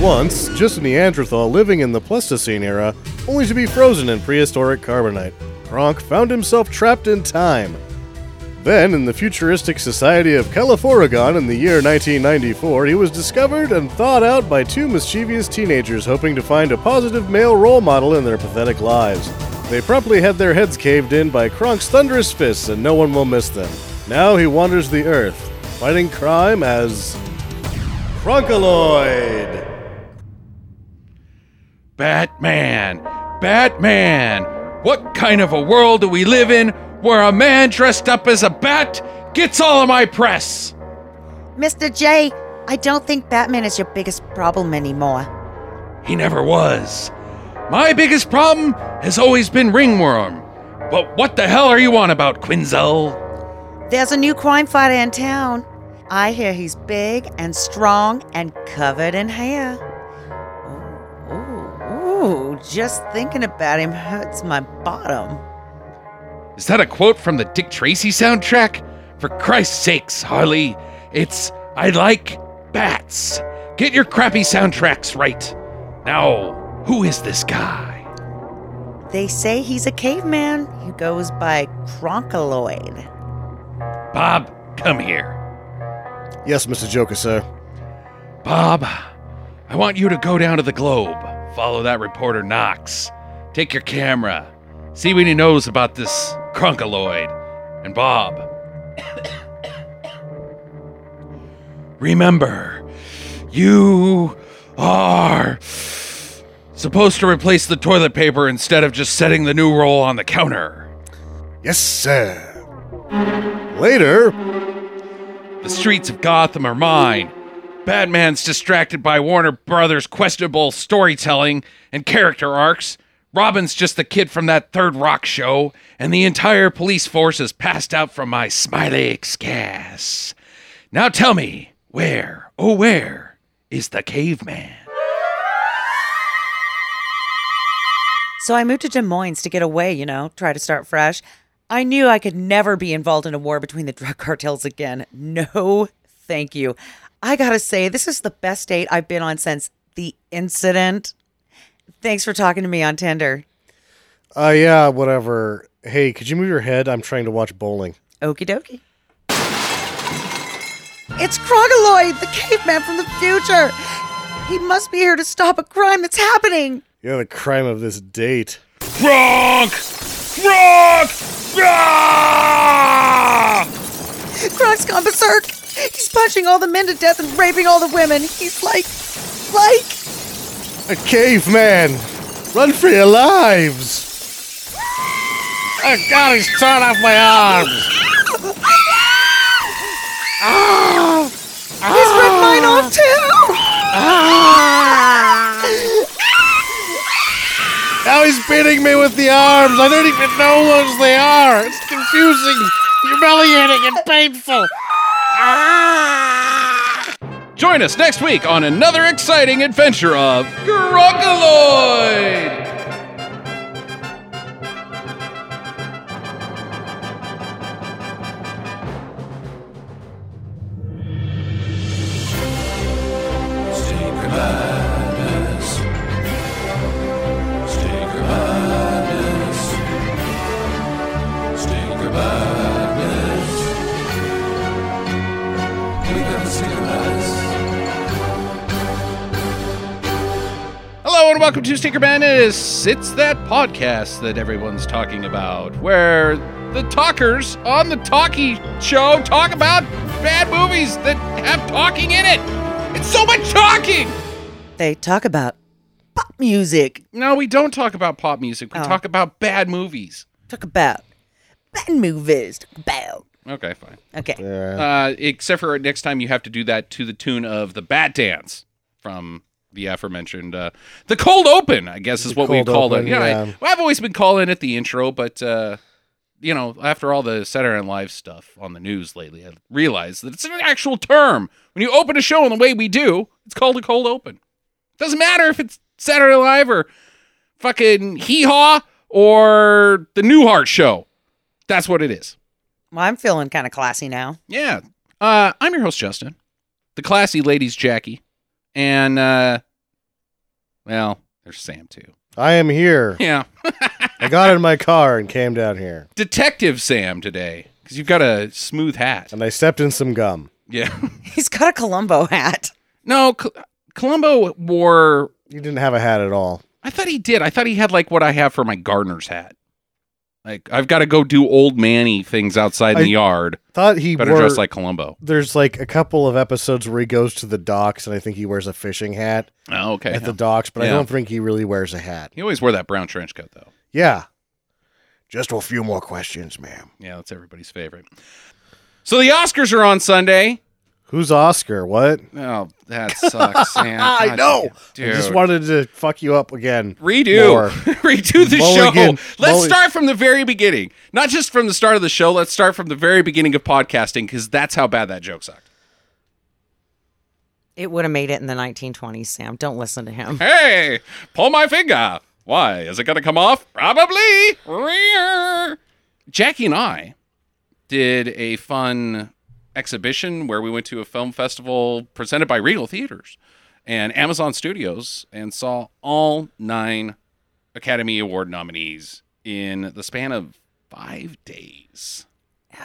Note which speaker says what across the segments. Speaker 1: once just a Neanderthal living in the Pleistocene era, only to be frozen in prehistoric carbonite. Kronk found himself trapped in time. Then, in the futuristic society of Califoragon in the year 1994, he was discovered and thawed out by two mischievous teenagers hoping to find a positive male role model in their pathetic lives. They promptly had their heads caved in by Kronk's thunderous fists, and no one will miss them. Now he wanders the earth, fighting crime as. Kronkaloid!
Speaker 2: Batman! Batman! What kind of a world do we live in where a man dressed up as a bat gets all of my press?
Speaker 3: Mr. J, I don't think Batman is your biggest problem anymore.
Speaker 2: He never was. My biggest problem has always been Ringworm. But what the hell are you on about, Quinzel?
Speaker 3: There's a new crime fighter in town. I hear he's big and strong and covered in hair. Ooh, ooh, ooh, just thinking about him hurts my bottom.
Speaker 2: Is that a quote from the Dick Tracy soundtrack? For Christ's sakes, Harley, it's I like bats. Get your crappy soundtracks right. Now, who is this guy?
Speaker 3: They say he's a caveman who goes by Cronkaloid.
Speaker 2: Bob, come here.
Speaker 1: Yes, Mr. Joker, sir.
Speaker 2: Bob, I want you to go down to the Globe, follow that reporter Knox, take your camera, see what he knows about this Cronkaloid, and Bob. Remember, you are supposed to replace the toilet paper instead of just setting the new roll on the counter.
Speaker 1: Yes, sir. Later,
Speaker 2: The streets of Gotham are mine. Batman's distracted by Warner Brothers' questionable storytelling and character arcs. Robin's just the kid from that third rock show, and the entire police force is passed out from my Smilex gas. Now tell me, where, oh, where is the caveman?
Speaker 3: So I moved to Des Moines to get away, you know, try to start fresh. I knew I could never be involved in a war between the drug cartels again. No, thank you. I gotta say, this is the best date I've been on since the incident. Thanks for talking to me on Tinder.
Speaker 1: Uh, yeah, whatever. Hey, could you move your head? I'm trying to watch bowling.
Speaker 3: Okie dokie. It's Krogaloid, the caveman from the future. He must be here to stop a crime that's happening.
Speaker 1: You're the crime of this date.
Speaker 2: Gronk! Gronk! Gronk!
Speaker 3: Krog's gone berserk. He's punching all the men to death and raping all the women. He's like, like.
Speaker 1: A caveman! Run for your lives! Oh god, he's torn off my arms!
Speaker 3: He's ripped
Speaker 4: Ah.
Speaker 3: mine off too!
Speaker 1: Ah! Now he's beating me with the arms! I don't even know what they are! It's confusing, humiliating, and painful!
Speaker 2: Join us next week on another exciting adventure of Grogaloid! Hello and welcome to Stinker Madness. It's that podcast that everyone's talking about, where the talkers on the talkie show talk about bad movies that have talking in it. It's so much talking.
Speaker 3: They talk about pop music.
Speaker 2: No, we don't talk about pop music. We
Speaker 3: Oh.
Speaker 2: talk about bad movies.
Speaker 3: Talk about bad movies. Talk about.
Speaker 2: Okay, fine.
Speaker 3: Okay.
Speaker 2: Uh, except for next time, you have to do that to the tune of the Bat Dance from the aforementioned uh, the Cold Open. I guess is
Speaker 1: The
Speaker 2: what we
Speaker 1: Cold
Speaker 2: called
Speaker 1: Open,
Speaker 2: it. Yeah,
Speaker 1: yeah.
Speaker 2: I, have always been calling it the intro, but uh, you know, after all the Saturday Night Live stuff on the news lately, I realized that it's an actual term. When you open a show in the way we do, it's called a cold open. Doesn't matter if it's Saturday Night Live or fucking Hee Haw or the Newhart Show. That's what it is.
Speaker 3: Well, I'm feeling kind of classy now.
Speaker 2: Yeah. Uh, I'm your host, Justin, the classy ladies, Jackie, and uh, Well, there's Sam too.
Speaker 1: I am here.
Speaker 2: Yeah.
Speaker 1: I got in my car and came down here,
Speaker 2: Detective Sam today because you've got a smooth hat.
Speaker 1: and I stepped in some gum.
Speaker 2: Yeah.
Speaker 4: He's got a Columbo hat.
Speaker 2: no, Col- Columbo wore.
Speaker 1: You didn't have a hat at all.
Speaker 2: I thought he did. I thought he had like what I have for my gardener's hat. Like I've got to go do old manny things outside in
Speaker 1: I-
Speaker 2: the yard.
Speaker 1: Thought he
Speaker 2: Better
Speaker 1: wore.
Speaker 2: dress like Columbo.
Speaker 1: there's like a couple of episodes where he goes to the docks, and I think he wears a fishing hat
Speaker 2: Oh, okay.
Speaker 1: at the docks, but I
Speaker 2: Yeah.
Speaker 1: don't think he really wears a hat.
Speaker 2: he always wore that brown trench coat though.
Speaker 1: Yeah. Just a few more questions, ma'am.
Speaker 2: Yeah, that's everybody's favorite. So the Oscars are on Sunday.
Speaker 1: Who's Oscar? What?
Speaker 2: Oh, that sucks, Sam.
Speaker 1: I
Speaker 2: God
Speaker 1: know.
Speaker 2: damn,
Speaker 1: I just
Speaker 2: dude.
Speaker 1: wanted to fuck you up again.
Speaker 2: redo
Speaker 1: More.
Speaker 2: redo the
Speaker 1: Mulligan.
Speaker 2: show let's
Speaker 1: Mulli-
Speaker 2: start from the very beginning not just from the start of the show let's start from the very beginning of podcasting because that's how bad that joke sucked
Speaker 4: It would have made it in the 1920s, Sam. Don't listen to him.
Speaker 2: hey pull my finger why is it gonna come off probably Rear. jackie and i did a fun exhibition where we went to a film festival presented by regal theaters and amazon studios and saw all nine academy award nominees in the span of five days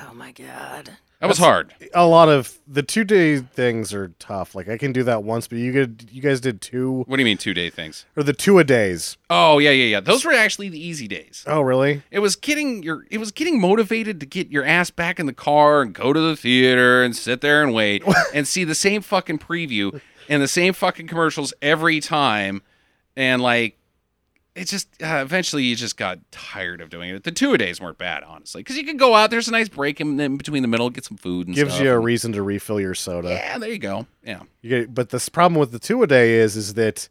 Speaker 4: Oh my God.
Speaker 2: That was hard.
Speaker 1: A lot of the two day things are tough. Like I can do that once, but you could you guys did two
Speaker 2: What do you mean two day things?
Speaker 1: or the two a days.
Speaker 2: Oh yeah, yeah, yeah. Those were actually the easy days.
Speaker 1: Oh really?
Speaker 2: It was getting your it was getting motivated to get your ass back in the car and go to the theater and sit there and wait and see the same fucking preview and the same fucking commercials every time and like it just uh, eventually you just got tired of doing it. The two a days weren't bad, honestly, because you could go out. There's a nice break in, in between the middle, get some food and
Speaker 1: Gives
Speaker 2: stuff.
Speaker 1: you a uh, reason to refill your soda.
Speaker 2: yeah. There you go. Yeah,
Speaker 1: You get, but this problem with the two a day is is that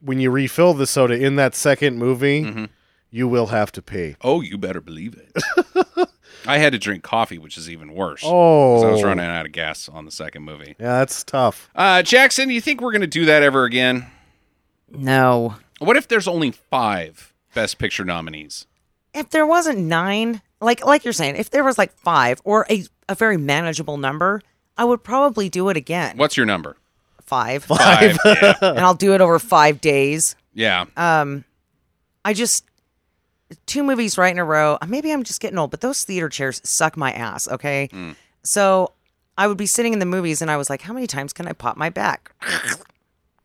Speaker 1: when you refill the soda in that second movie,
Speaker 2: Mhm.
Speaker 1: you will have to pee.
Speaker 2: Oh, you better believe it. I had to drink coffee, which is even worse. 'cause
Speaker 1: Oh,
Speaker 2: I was running out of gas on the second movie.
Speaker 1: Yeah, that's tough.
Speaker 2: Uh, Jackson, do you think we're going to do that ever again?
Speaker 4: No.
Speaker 2: What if there's only five Best Picture nominees?
Speaker 4: If there wasn't nine, like like you're saying, if there was like five or a, a very manageable number, I would probably do it again.
Speaker 2: What's your number?
Speaker 4: Five.
Speaker 2: Five. yeah.
Speaker 4: and I'll do it over five days.
Speaker 2: yeah.
Speaker 1: Uh.
Speaker 4: Um, I just two movies right in a row. Uh, Maybe I'm just getting old, but those theater chairs suck my ass. Okay,
Speaker 1: Mm.
Speaker 4: so I would be sitting in the movies, and I was like, how many times can I pop my back?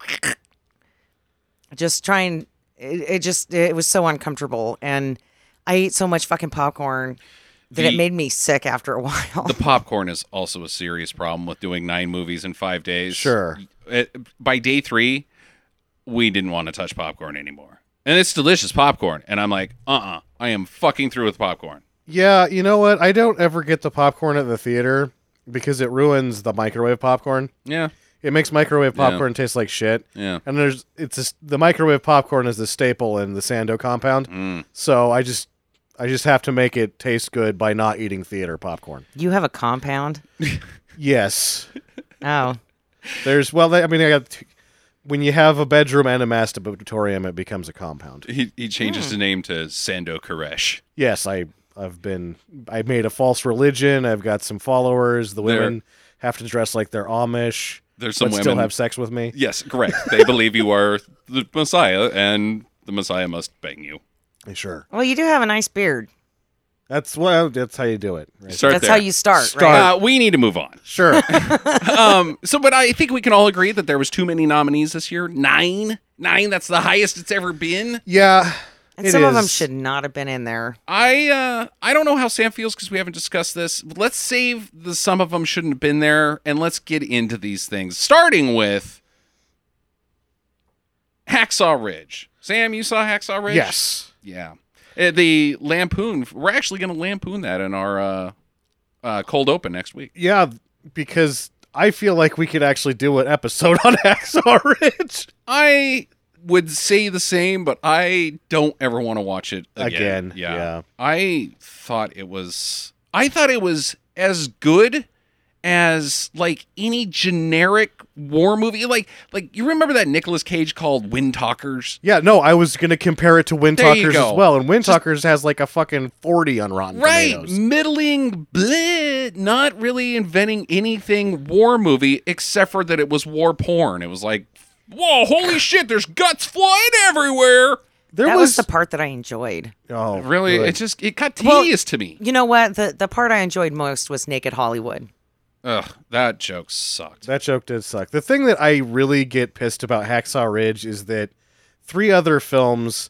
Speaker 4: just trying. It, it just it was so uncomfortable, and I ate so much fucking popcorn that
Speaker 2: The-
Speaker 4: it made me sick after a while.
Speaker 2: The popcorn is also a serious problem with doing nine movies in five days.
Speaker 1: Sure.
Speaker 2: It- by day three, we didn't want to touch popcorn anymore. And it's delicious popcorn. And I'm like, uh uh I am fucking through with popcorn.
Speaker 1: Yeah, you know what? I don't ever get the popcorn at the theater because it ruins the microwave popcorn.
Speaker 2: Yeah.
Speaker 1: It makes microwave
Speaker 2: Yeah.
Speaker 1: popcorn taste like shit.
Speaker 2: Yeah.
Speaker 1: And there's it's just, the microwave popcorn is the staple in the Sando compound.
Speaker 2: Mm.
Speaker 1: So I just I just have to make it taste good by not eating theater popcorn.
Speaker 4: you have a compound?
Speaker 1: Yes.
Speaker 4: Oh,
Speaker 1: There's well I mean I got t- when you have a bedroom and a masturbatorium it becomes a compound.
Speaker 2: He, he
Speaker 1: Hmm.
Speaker 2: changes the name to Sando Koresh.
Speaker 1: Yes, I I've been I made a false religion. I've got some followers. The
Speaker 2: There-
Speaker 1: women have to dress like they're Amish.
Speaker 2: There's some
Speaker 1: but
Speaker 2: women
Speaker 1: still have sex with me.
Speaker 2: Yes, correct. They believe you are the Messiah, and the Messiah must bang you.
Speaker 1: Sure.
Speaker 4: well, you do have a nice beard.
Speaker 1: That's well. That's how you do it. right?
Speaker 2: Start
Speaker 4: That's
Speaker 2: there.
Speaker 4: how you start,
Speaker 1: Start.
Speaker 4: right?
Speaker 2: Uh, we need to move on.
Speaker 1: Sure.
Speaker 2: Um, so, but I think we can all agree that there was too many nominees this year. Nine, nine. That's the highest it's ever been.
Speaker 1: yeah.
Speaker 4: And
Speaker 1: it
Speaker 4: some of them
Speaker 1: is.
Speaker 4: should not have been in there.
Speaker 2: I uh, I don't know how Sam feels because we haven't discussed this. Let's save the some of them shouldn't have been there, and let's get into these things. Starting with Hacksaw Ridge. Sam, you saw Hacksaw Ridge?
Speaker 1: Yes.
Speaker 2: Yeah. Uh, the lampoon. We're actually going to lampoon that in our uh, uh, cold open next week.
Speaker 1: Yeah, because I feel like we could actually do an episode on Hacksaw Ridge
Speaker 2: I would say the same, but I don't ever want to watch it again.
Speaker 1: again. yeah.
Speaker 2: I thought it was. I thought it was as good as like any generic war movie. Like like you remember that Nicolas Cage called Wind Talkers.
Speaker 1: Yeah, no, I was gonna compare it to Wind
Speaker 2: There you
Speaker 1: Talkers as
Speaker 2: go.
Speaker 1: well, and Wind Talkers has like a fucking forty on Rotten
Speaker 2: Right,
Speaker 1: Tomatoes.
Speaker 2: middling, bleh, not really inventing anything war movie except for that it was war porn. It was like Whoa, holy shit, there's guts flying everywhere.
Speaker 1: There
Speaker 3: that was the part that I enjoyed.
Speaker 1: oh,
Speaker 2: Really?
Speaker 1: good.
Speaker 2: It just it got
Speaker 3: Well-
Speaker 2: tedious to me.
Speaker 3: You know what? The the part I enjoyed most was Naked Hollywood.
Speaker 2: Ugh, that joke sucked.
Speaker 1: That joke did suck. The thing that I really get pissed about Hacksaw Ridge is that three other films,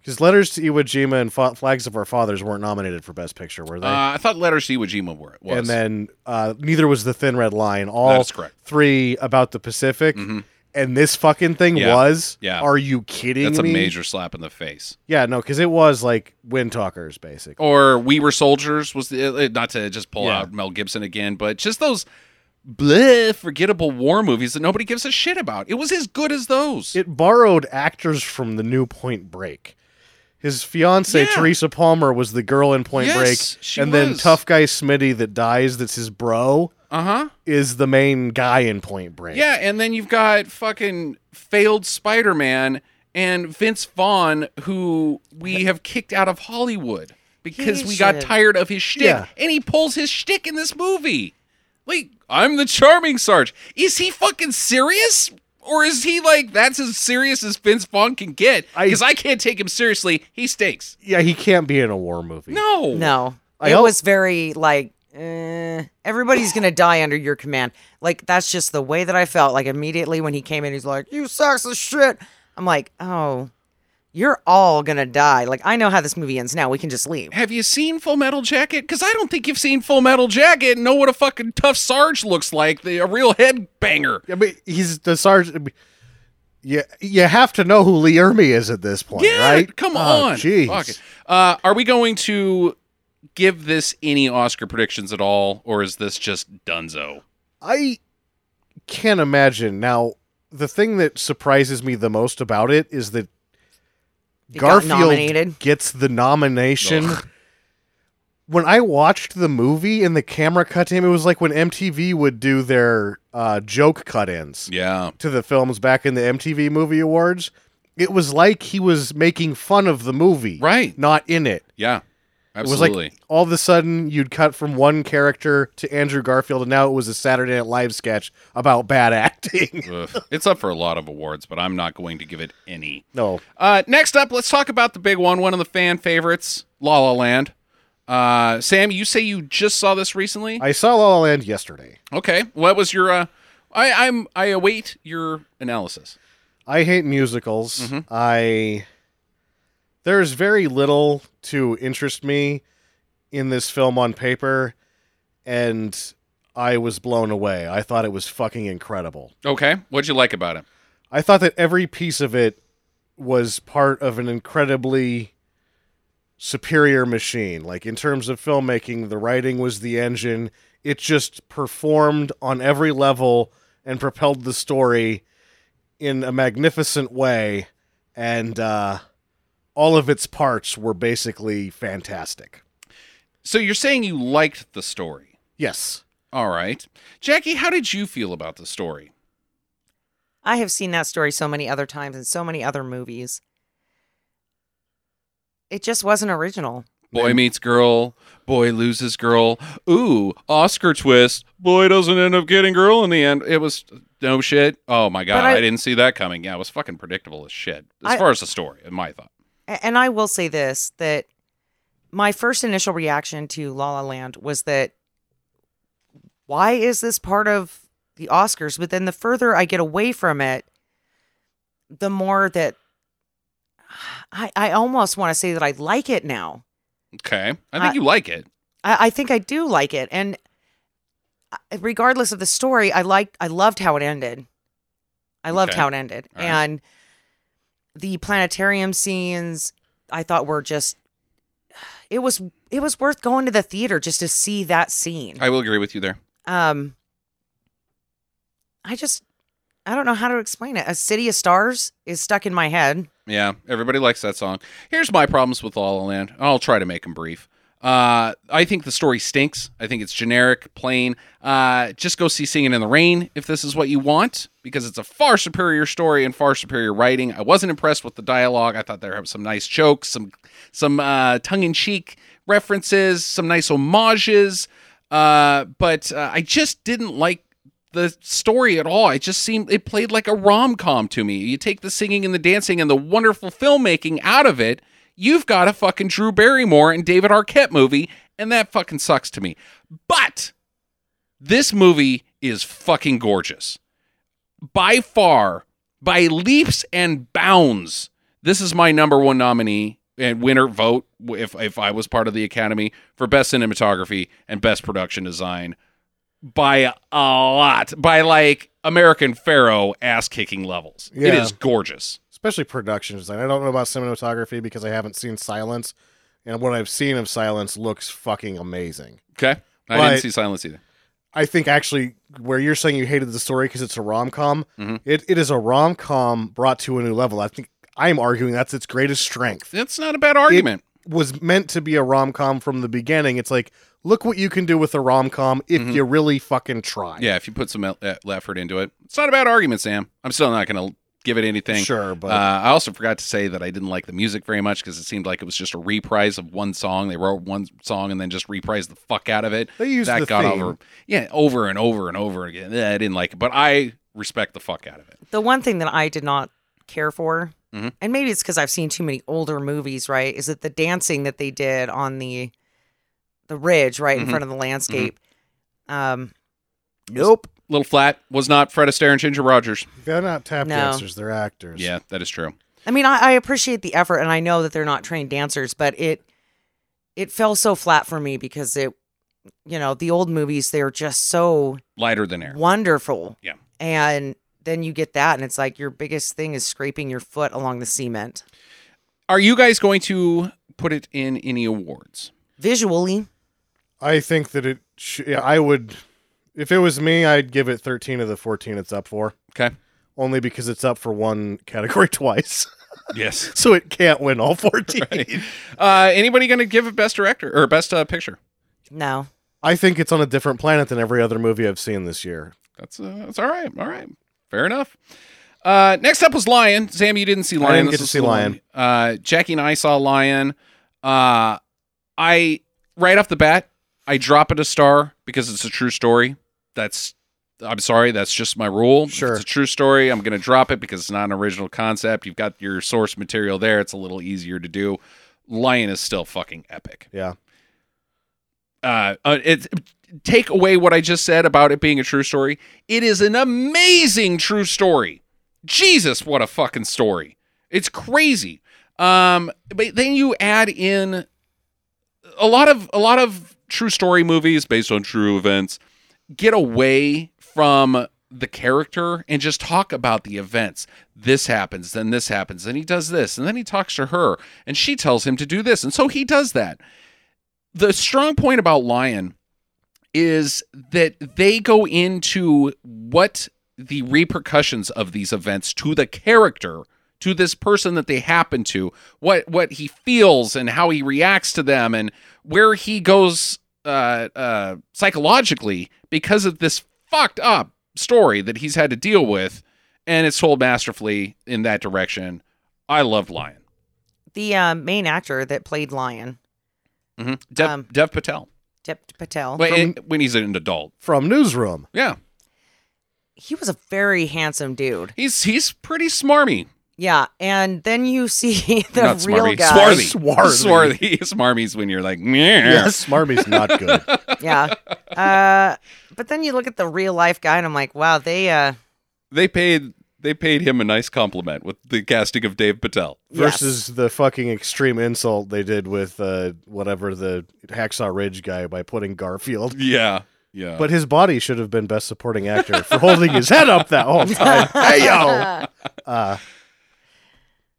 Speaker 1: because Letters to Iwo Jima and Fa- Flags of Our Fathers weren't nominated for Best Picture, were they?
Speaker 2: Uh, I thought letters to Iwo Jima were it was.
Speaker 1: and then uh, neither was The Thin Red Line. All
Speaker 2: That's correct.
Speaker 1: three about the Pacific.
Speaker 2: Mhm.
Speaker 1: And this fucking thing
Speaker 2: Yeah.
Speaker 1: was.
Speaker 2: Yeah.
Speaker 1: Are you kidding
Speaker 2: That's a
Speaker 1: me?
Speaker 2: major slap in the face.
Speaker 1: Yeah, no, because it was like Wind Talkers, basically.
Speaker 2: Or We Were Soldiers was the, uh, not to just pull
Speaker 1: Yeah.
Speaker 2: out Mel Gibson again, but just those bleh, forgettable war movies that nobody gives a shit about. It was as good as those.
Speaker 1: It borrowed actors from the new Point Break. His fiancee
Speaker 2: Yeah.
Speaker 1: Teresa Palmer was the girl in Point
Speaker 2: Yes,
Speaker 1: Break,
Speaker 2: she
Speaker 1: and then
Speaker 2: was.
Speaker 1: tough guy Smitty that dies, that's his bro,
Speaker 2: uh huh.
Speaker 1: is the main guy in Point Break.
Speaker 2: Yeah, and then you've got fucking failed Spider Man and Vince Vaughn, who we have kicked out of Hollywood because
Speaker 3: He
Speaker 2: we
Speaker 3: should.
Speaker 2: got tired of his shtick.
Speaker 1: Yeah.
Speaker 2: And he pulls his shtick in this movie. Like, I'm the charming Sarge. Is he fucking serious? Or is he like, that's as serious as Vince Vaughn can get?
Speaker 1: I-
Speaker 2: Because I, can't take him seriously. He stinks.
Speaker 1: yeah, he can't be in a war movie.
Speaker 2: No.
Speaker 3: No,
Speaker 1: I
Speaker 3: it
Speaker 1: hope-
Speaker 3: was very like eh, everybody's gonna die under your command. Like that's just the way that I felt. Like immediately when he came in, he's like, "You sacks of shit." I'm like, "Oh, you're all gonna die." Like I know how this movie ends now. We can just leave.
Speaker 2: Have you seen Full Metal Jacket? Because I don't think you've seen Full Metal Jacket and know what a fucking tough Sarge looks like, the, a real headbanger.
Speaker 1: I mean, he's the sergeant. I mean, you, you have to know who Lee Ermey is at this point,
Speaker 2: Yeah,
Speaker 1: right?
Speaker 2: Come
Speaker 1: Oh,
Speaker 2: on.
Speaker 1: jeez.
Speaker 2: Fuck it. Uh, are we going to give this any Oscar predictions at all, or is this just Dunzo?
Speaker 1: I can't imagine. Now, the thing that surprises me the most about it is that
Speaker 3: It got
Speaker 1: Garfield
Speaker 3: nominated.
Speaker 1: gets the nomination.
Speaker 2: Ugh.
Speaker 1: When I watched the movie and the camera cut to him, it was like when MTV would do their uh, joke cut ins
Speaker 2: Yeah.
Speaker 1: to the films back in the MTV Movie Awards. It was like he was making fun of the movie,
Speaker 2: Right.
Speaker 1: Not in it.
Speaker 2: Yeah.
Speaker 1: It
Speaker 2: Absolutely.
Speaker 1: was like all of a sudden you'd cut from one character to Andrew Garfield, and now it was a Saturday Night Live sketch about bad acting.
Speaker 2: Ugh. It's up for a lot of awards, but I'm not going to give it any.
Speaker 1: no,
Speaker 2: Uh, next up, let's talk about the big one, one of the fan favorites, La La Land. Uh, Sam, you say you just saw this recently.
Speaker 1: I saw La La Land yesterday.
Speaker 2: okay, what was your? Uh, I, I'm I await your analysis.
Speaker 1: I hate musicals. I there's very little to interest me in this film on paper, and I was blown away. I thought it was fucking incredible.
Speaker 2: Okay, what'd you like about it?
Speaker 1: I thought that every piece of it was part of an incredibly superior machine. Like in terms of filmmaking, the writing was the engine. It just performed on every level and propelled the story in a magnificent way. And uh, all of its parts were basically fantastic.
Speaker 2: So you're saying you liked the story.
Speaker 1: Yes.
Speaker 2: All right. Jackie, how did you feel about the story?
Speaker 3: I have seen that story so many other times in so many other movies. It just wasn't original.
Speaker 2: Boy meets girl, boy loses girl. Ooh, Oscar twist. Boy doesn't end up getting girl in the end. It was no shit. Oh my god,
Speaker 3: But I-
Speaker 2: I, didn't see that coming. Yeah, it was fucking predictable as shit. As
Speaker 3: I-
Speaker 2: far as the story, in my thought.
Speaker 3: A- And I will say this that my first initial reaction to La La Land was that why is this part of the Oscars? But then the further I get away from it, the more that I, I almost want to say that I like it now.
Speaker 2: Okay. I
Speaker 3: I-
Speaker 2: think you like it.
Speaker 3: I, I think I do like it, and I- regardless of the story, I liked, I loved how it ended. I loved
Speaker 2: Okay.
Speaker 3: how it ended,
Speaker 2: All right.
Speaker 3: and the planetarium scenes I thought were just. It was it was worth going to the theater just to see that scene.
Speaker 2: I will agree with you there.
Speaker 3: Um, I just I don't know how to explain it. A city of stars is stuck in my head.
Speaker 2: Yeah, everybody likes that song. Here's my problems with La La Land. I'll try to make them brief. Uh, I think the story stinks. I think it's generic, plain. Uh, just go see Singing in the Rain if this is what you want, because it's a far superior story and far superior writing. I wasn't impressed with the dialogue. I thought there were some nice jokes, some some uh, tongue in cheek references, some nice homages. Uh, but uh, I just didn't like the story at all. It just seemed it played like a rom com to me. You take the singing and the dancing and the wonderful filmmaking out of it, you've got a fucking Drew Barrymore and David Arquette movie, and that fucking sucks to me. But this movie is fucking gorgeous. By far, by leaps and bounds, this is my number one nominee and winner vote if if I was part of the Academy for best cinematography and best production design by a lot by like American Pharaoh ass kicking levels. It
Speaker 1: Yeah.
Speaker 2: is gorgeous.
Speaker 1: especially production design. I don't know about cinematography because I haven't seen Silence, and what I've seen of Silence looks fucking amazing.
Speaker 2: Okay, I
Speaker 1: Right.
Speaker 2: didn't see Silence either.
Speaker 1: I think actually, where you're saying you hated the story because it's a rom com,
Speaker 2: Mhm.
Speaker 1: it, it is a rom com brought to a new level. I think I'm arguing that's its greatest strength.
Speaker 2: That's not a bad argument.
Speaker 1: Was meant to be a rom com from the beginning. It's like, look what you can do with a rom com if you really fucking try.
Speaker 2: Mm-hmm. yeah, if you put some el- uh, effort into it, it's not a bad argument, Sam. I'm still not going to give it anything.
Speaker 1: Sure, but
Speaker 2: uh, I also forgot to say that I didn't like the music very much because it seemed like it was just a reprise of one song. They wrote one song and then just reprised the fuck out of it.
Speaker 1: they used
Speaker 2: that
Speaker 1: the
Speaker 2: got
Speaker 1: theme.
Speaker 2: over, yeah, over and over and over again. Eh, I didn't like it, but I respect the fuck out of it.
Speaker 3: The one thing that I did not care for,
Speaker 2: Mhm.
Speaker 3: and maybe it's because I've seen too many older movies, right? Is that the dancing that they did on the the ridge, right
Speaker 2: Mhm.
Speaker 3: in front of the landscape? Um,
Speaker 2: Nope. Little flat was not Fred Astaire and Ginger Rogers.
Speaker 1: They're not tap
Speaker 3: No.
Speaker 1: dancers, they're actors.
Speaker 2: Yeah, that is true.
Speaker 3: I mean, I, I appreciate the effort, and I know that they're not trained dancers, but it it fell so flat for me because it, you know, the old movies they're just so
Speaker 2: Lighter than air.
Speaker 3: wonderful,
Speaker 2: Yeah.
Speaker 3: and then you get that, and it's like your biggest thing is scraping your foot along the cement
Speaker 2: Are you guys going to put it in any awards?
Speaker 3: visually.
Speaker 1: I think that it. Sh- yeah, I would. If it was me, I'd give it 13 of the 14 it's up for.
Speaker 2: Okay.
Speaker 1: Only because it's up for one category twice,
Speaker 2: Yes.
Speaker 1: so it can't win all 14.
Speaker 2: Uh, anybody going to give a best director or best uh, picture?
Speaker 3: No,
Speaker 1: I think it's on a different planet than every other movie I've seen this year.
Speaker 2: That's uh, that's all right. All right. Fair enough. Uh, next up was Lion. Sam, you didn't see Lion.
Speaker 1: didn't
Speaker 2: This
Speaker 1: get to
Speaker 2: was
Speaker 1: see
Speaker 2: the
Speaker 1: Lion.
Speaker 2: one- Uh, Jackie and I saw Lion. Uh, I right off the bat, I drop it a star because it's a true story. That's I'm sorry, that's just my rule. If
Speaker 1: Sure.
Speaker 2: it's a true story. I'm going to drop it because it's not an original concept. You've got your source material there. It's a little easier to do. Lion is still fucking epic
Speaker 1: Yeah.
Speaker 2: uh, uh, it take away what I just said about it being a true story. It is an amazing true story. Jesus, what a fucking story! It's crazy. Um, but then you add in a lot of a lot of true story movies based on true events get away from the character and just talk about the events. This happens, then this happens, then he does this, and then he talks to her, and she tells him to do this, and so he does that the strong point about Lion is that they go into what the repercussions of these events to the character to this person that they happen to what what he feels and how he reacts to them and where he goes uh, uh, psychologically because of this fucked up story that he's had to deal with and it's told masterfully in that direction i love lion
Speaker 3: the uh, main actor that played Lion,
Speaker 2: mm-hmm. dev,
Speaker 3: Um,
Speaker 2: dev patel
Speaker 3: Dip Patel,
Speaker 2: Wait, when he's an adult
Speaker 1: From Newsroom.
Speaker 2: yeah
Speaker 3: he was a very handsome dude.
Speaker 2: He's he's pretty smarmy.
Speaker 3: Yeah, and then you see the
Speaker 2: Not
Speaker 3: real
Speaker 2: smarmy.
Speaker 3: guy.
Speaker 2: Swarthy.
Speaker 1: Swarthy.
Speaker 2: Swarthy. Smarmy's when you're like, Meh.
Speaker 1: Yeah, Smarmy's not good.
Speaker 3: yeah. Uh, but then you look at the real life guy, and I'm like, wow, they. Uh,
Speaker 2: They paid they paid him a nice compliment with the casting of Dave Patel.
Speaker 1: Versus the fucking extreme insult they did with uh, whatever the Hacksaw Ridge guy by putting Garfield.
Speaker 2: Yeah. Yeah.
Speaker 1: But his body should have been best supporting actor for holding his head up that whole time. Hey yo! Uh,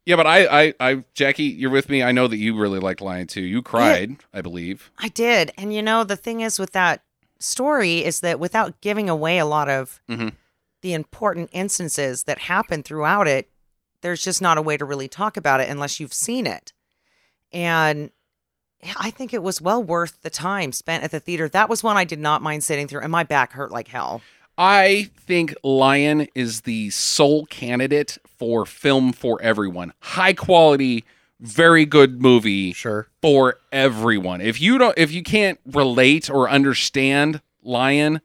Speaker 2: yeah, but I, I I Jackie, you're with me. I know that you really liked Lion too. You cried, I believe.
Speaker 3: I did, and you know the thing is with that story is that without giving away a lot of
Speaker 2: Mhm.
Speaker 3: the important instances that happen throughout it, there's just not a way to really talk about it unless you've seen it. And I think it was well worth the time spent at the theater. That was one I did not mind sitting through, and my back hurt like hell.
Speaker 2: I think Lion is the sole candidate for film for everyone. High quality, very good movie.
Speaker 1: sure.
Speaker 2: for everyone. If you don't if you can't relate or understand Lion,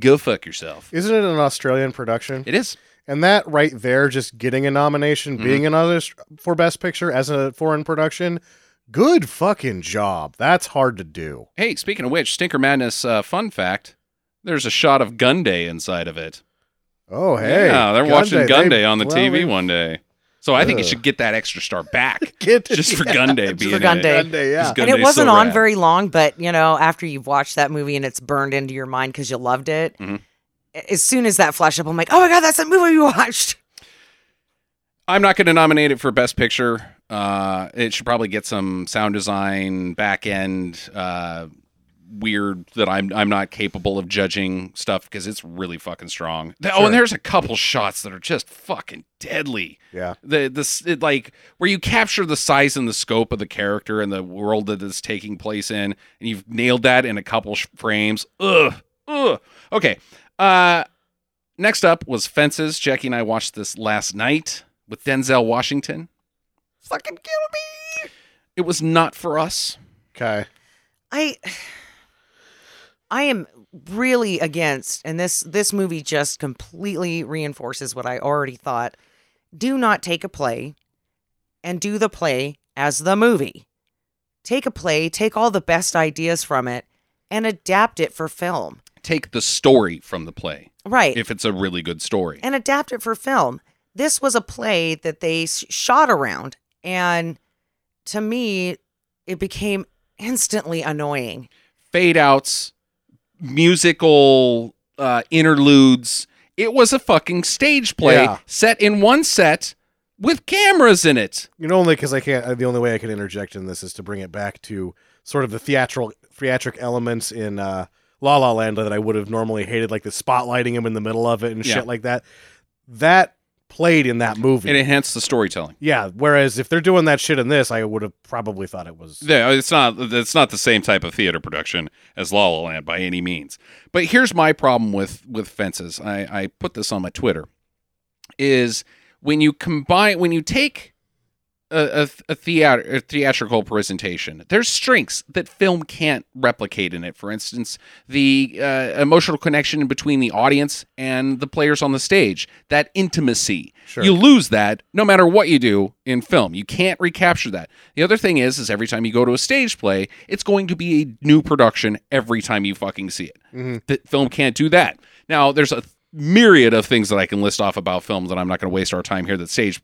Speaker 2: Go fuck yourself.
Speaker 1: Isn't it an Australian production?
Speaker 2: It is.
Speaker 1: And that right there, just getting a
Speaker 2: Mm-hmm.
Speaker 1: nomination, being an Aus- for Best Picture as a foreign production, good fucking job. That's hard to do.
Speaker 2: Hey, speaking of which, Stinker Madness uh, fun fact there's a shot of Gun Day inside of it.
Speaker 1: Oh hey,
Speaker 2: yeah, they're watching
Speaker 1: Day,
Speaker 2: Gun
Speaker 1: they-
Speaker 2: Day on the
Speaker 1: well,
Speaker 2: TV
Speaker 1: they-
Speaker 2: one day. So I think it
Speaker 1: Ugh.
Speaker 2: should get that extra star back
Speaker 1: Get-
Speaker 2: just for
Speaker 1: yeah,
Speaker 2: Gun Day
Speaker 1: just
Speaker 2: being
Speaker 3: for
Speaker 2: in
Speaker 3: Gun
Speaker 2: it.
Speaker 3: Day.
Speaker 1: Gun Day, yeah.
Speaker 2: Just Gun
Speaker 3: and
Speaker 2: Day's
Speaker 3: it
Speaker 2: so
Speaker 3: wasn't on
Speaker 2: rad.
Speaker 3: very long, but you know, after you've watched that movie and it's burned into your mind because you loved it,
Speaker 2: Mhm.
Speaker 3: a- as soon as that flashed up, I'm like, oh my god, that's that movie we watched.
Speaker 2: I'm not going to nominate it for Best Picture. Uh, it should probably get some sound design, back end, uh, weird that I'm I'm not capable of judging stuff because it's really fucking strong. Th- Oh,
Speaker 1: Sure.
Speaker 2: and there's a couple shots that are just fucking deadly.
Speaker 1: Yeah.
Speaker 2: The this it, like where you capture the size and the scope of the character and the world that it's taking place in, and you've nailed that in a couple sh- frames. Ugh, ugh. Okay. Uh, next up was Fences. Jackie and I watched this last night with Denzel Washington.
Speaker 3: Fucking kill me.
Speaker 2: It was not for us.
Speaker 1: Okay.
Speaker 3: I I am really against and this this movie just completely reinforces what I already thought. Do not take a play and do the play as the movie. Take a play, take all the best ideas from it and adapt it for film.
Speaker 2: Take the story from the play
Speaker 3: Right.
Speaker 2: if it's a really good story.
Speaker 3: and adapt it for film. This was a play that they s- shot around and to me it became instantly annoying.
Speaker 2: Fade outs, musical uh, interludes. It was a fucking stage play
Speaker 1: Yeah.
Speaker 2: set in one set with cameras in it.
Speaker 1: You know, only because I can't. uh, The only way I can interject in this is to bring it back to sort of the theatrical, theatric elements in uh, La La Land that I would have normally hated, like the spotlighting him in the middle of it and
Speaker 2: Yeah.
Speaker 1: shit like that. That played in that movie.
Speaker 2: It enhanced the storytelling.
Speaker 1: yeah. Whereas if they're doing that shit in this, I would have probably thought it was.
Speaker 2: Yeah, it's not it's not the same type of theater production as La La Land by any means. But here's my problem with with fences. I, I put this on my Twitter. Is when you combine when you take a, a, a, theater, a theatrical presentation, there's strengths that film can't replicate in it. For instance, the uh, emotional connection between the audience and the players on the stage, that intimacy.
Speaker 1: Sure.
Speaker 2: You lose that no matter what you do in film. You can't recapture that. The other thing is, is every time you go to a stage play, it's going to be a new production every time you fucking see it. The film can't do that. Now, there's a myriad of things that I can list off about film that I'm not going to waste our time here that stage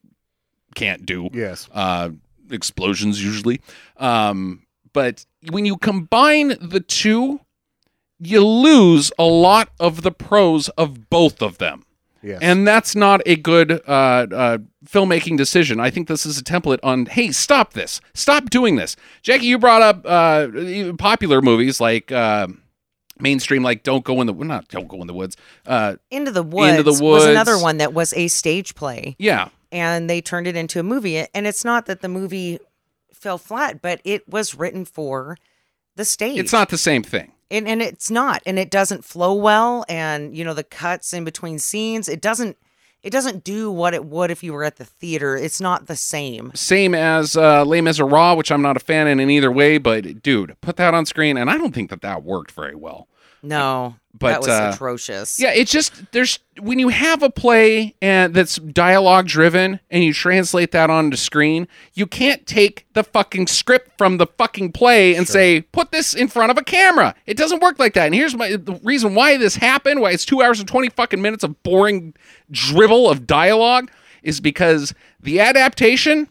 Speaker 2: can't do
Speaker 1: Yes.
Speaker 2: uh, explosions usually. Um, but when you combine the two, you lose a lot of the pros of both of them.
Speaker 1: Yes.
Speaker 2: And that's not a good uh, uh, filmmaking decision. I think this is a template on, hey, stop this. Stop doing this. Jackie, you brought up uh, even popular movies like uh, mainstream, like Don't Go in the, well, not Don't Go in the Woods. Uh,
Speaker 3: Into the Woods,
Speaker 2: Into the
Speaker 3: was another
Speaker 2: Woods.
Speaker 3: one that was a stage play
Speaker 2: yeah.
Speaker 3: and they turned it into a movie. And it's not that the movie fell flat, but it was written for the stage.
Speaker 2: It's not the same thing.
Speaker 3: and, and it's not, and it doesn't flow well. And you know the cuts in between scenes, it doesn't, it doesn't do what it would if you were at the theater. It's not the same.
Speaker 2: same as uh, Les Miserables, which I'm not a fan in, in either way. But dude, put that on screen, and I don't think that that worked very well.
Speaker 3: No,
Speaker 2: But,
Speaker 3: that was
Speaker 2: uh,
Speaker 3: atrocious.
Speaker 2: Yeah, it's just there's when you have a play and that's dialogue driven, and you translate that onto screen, you can't take the fucking script from the fucking play and say put this in front of a camera. It doesn't work like that. And here's my the reason why this happened: why it's two hours and twenty fucking minutes of boring dribble of dialogue is because the adaptation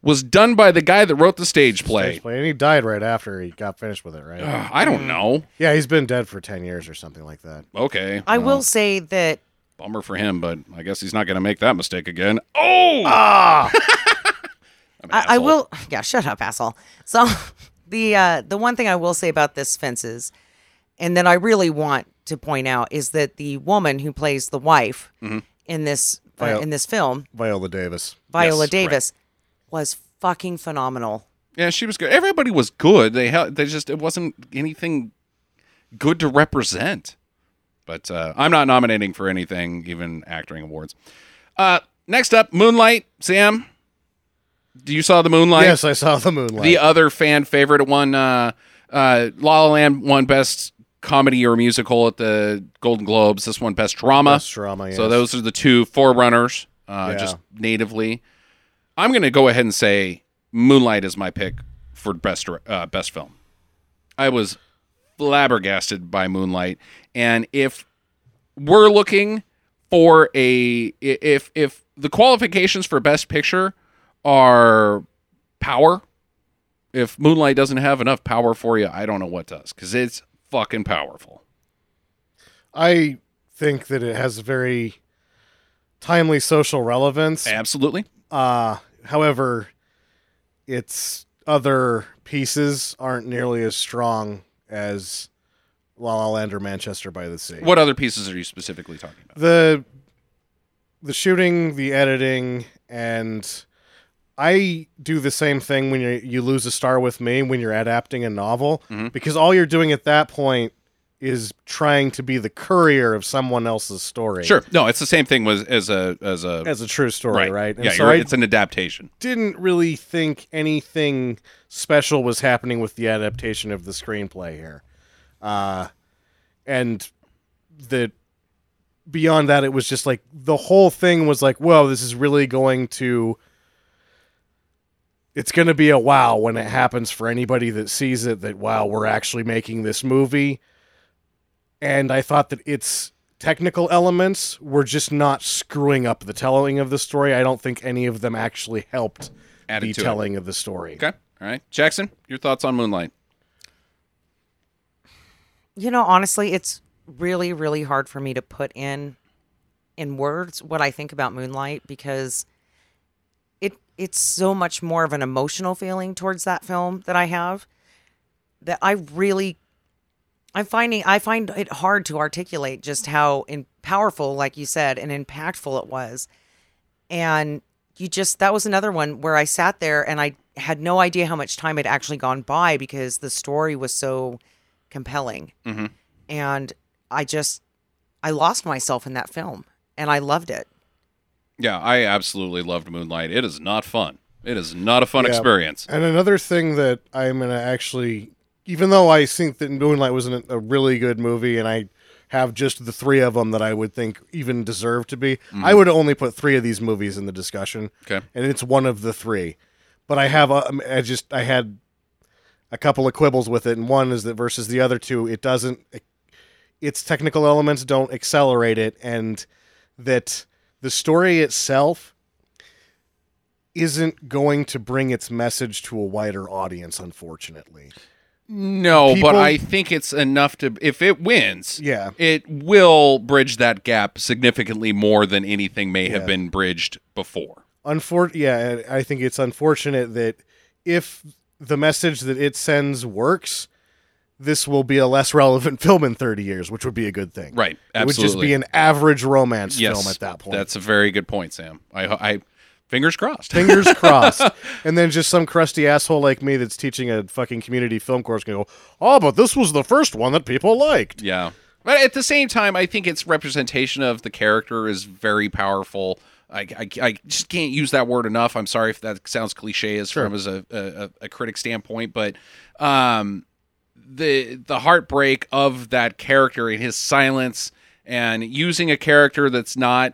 Speaker 2: was done by the guy that wrote the stage play. Hmm.
Speaker 1: Stage play. And he died right after he got finished with it, right?
Speaker 2: Ugh, I don't know.
Speaker 1: yeah, he's been dead for ten years or something like that.
Speaker 2: Okay.
Speaker 3: I
Speaker 2: well,
Speaker 3: will say that
Speaker 2: Bummer for him, but I guess he's not going to make that mistake again. Oh!
Speaker 1: Ah!
Speaker 2: I'm an
Speaker 3: I, I
Speaker 2: asshole.
Speaker 3: will. Yeah, shut up, asshole. So the uh, the one thing I will say about this fences, and that I really want to point out is that the woman who plays the wife
Speaker 2: Mm-hmm.
Speaker 3: in this uh,
Speaker 1: Viola-
Speaker 3: in this film,
Speaker 1: Viola Davis.
Speaker 3: Viola
Speaker 2: right.
Speaker 3: Davis, was fucking phenomenal.
Speaker 2: Yeah, she was good. Everybody was good. They hel- they just it wasn't anything good to represent. But uh, I'm not nominating for anything, even acting awards. Uh, next up, Moonlight. Sam, do you saw the Moonlight?
Speaker 1: Yes, I saw the moonlight.
Speaker 2: The other fan favorite one, uh, uh, La La uh, Land won best comedy or musical at the Golden Globes. This one best drama.
Speaker 1: Best drama,
Speaker 2: So
Speaker 1: yes.
Speaker 2: those are the two forerunners, uh,
Speaker 1: Yeah.
Speaker 2: just natively. I'm going to go ahead and say Moonlight is my pick for best dir- uh, best film. I was flabbergasted by Moonlight, and if we're looking for a i- if if the qualifications for best picture are power, if Moonlight doesn't have enough power for you, I don't know what does because it's fucking powerful.
Speaker 1: I think that it has very timely social relevance.
Speaker 2: Absolutely.
Speaker 1: Uh, however, its other pieces aren't nearly as strong as La La Land or Manchester by the Sea.
Speaker 2: What other pieces are you specifically talking about?
Speaker 1: the the shooting, the editing, and I do the same thing when you you lose a star with me when you're adapting a novel
Speaker 2: Mhm.
Speaker 1: because all you're doing at that point is trying to be the courier of someone else's story.
Speaker 2: Sure. No, it's the same thing was as a as a
Speaker 1: As a true story, right? And
Speaker 2: yeah,
Speaker 1: so
Speaker 2: you're right.
Speaker 1: I
Speaker 2: it's an adaptation.
Speaker 1: didn't really think anything special was happening with the adaptation of the screenplay here. Uh, and the beyond that, it was just like the whole thing was like, whoa, this is really going to. It's going to be a wow when it happens for anybody that sees it that, wow, we're actually making this movie. And I thought that its technical elements were just not screwing up the telling of the story. I don't think any of them actually helped
Speaker 2: Added
Speaker 1: the
Speaker 2: to it.
Speaker 1: telling of the story.
Speaker 2: Okay. All right. Jackson, your thoughts on Moonlight?
Speaker 3: You know, honestly, it's really, really hard for me to put in in words what I think about Moonlight because it it's so much more of an emotional feeling towards that film that I have that I really I'm finding I find it hard to articulate just how in powerful, like you said, and impactful it was. And you just that was another one where I sat there and I had no idea how much time had actually gone by because the story was so compelling and I just I lost myself in that film and I loved it.
Speaker 2: Yeah, I absolutely loved Moonlight. It is not fun. It is not a fun
Speaker 1: Yeah.
Speaker 2: experience.
Speaker 1: And another thing that I'm going to actually, even though I think that Moonlight was an, a really good movie and I have just the three of them that I would think even deserve to be, I would only put three of these movies in the discussion.
Speaker 2: Okay.
Speaker 1: And it's one of the three. But I have, a, I just, I had a couple of quibbles with it. And one is that versus the other two, it doesn't, its technical elements don't accelerate it. And that the story itself isn't going to bring its message to a wider audience, unfortunately.
Speaker 2: No, but
Speaker 1: People-
Speaker 2: I think it's enough to if it wins,
Speaker 1: Yeah.
Speaker 2: it will bridge that gap significantly more than anything may have
Speaker 1: Yeah.
Speaker 2: been bridged before.
Speaker 1: Unfor- yeah, I think it's unfortunate that if the message that it sends works, this will be a less relevant film in 30 years, which would be a good thing.
Speaker 2: Right.
Speaker 1: It would
Speaker 2: Absolutely.
Speaker 1: just be an average romance
Speaker 2: yes,
Speaker 1: film at that point.
Speaker 2: That's a very good point, Sam. I I fingers crossed.
Speaker 1: Fingers crossed. and then just some crusty asshole like me that's teaching a fucking community film course can go, oh, but this was the first one that people liked.
Speaker 2: Yeah. But at the same time, I think its representation of the character is very powerful. I, I, I just can't use that word enough. I'm sorry if that sounds cliche as from as a, a, a critic standpoint, but um, the the heartbreak of that character and his silence and using a character that's not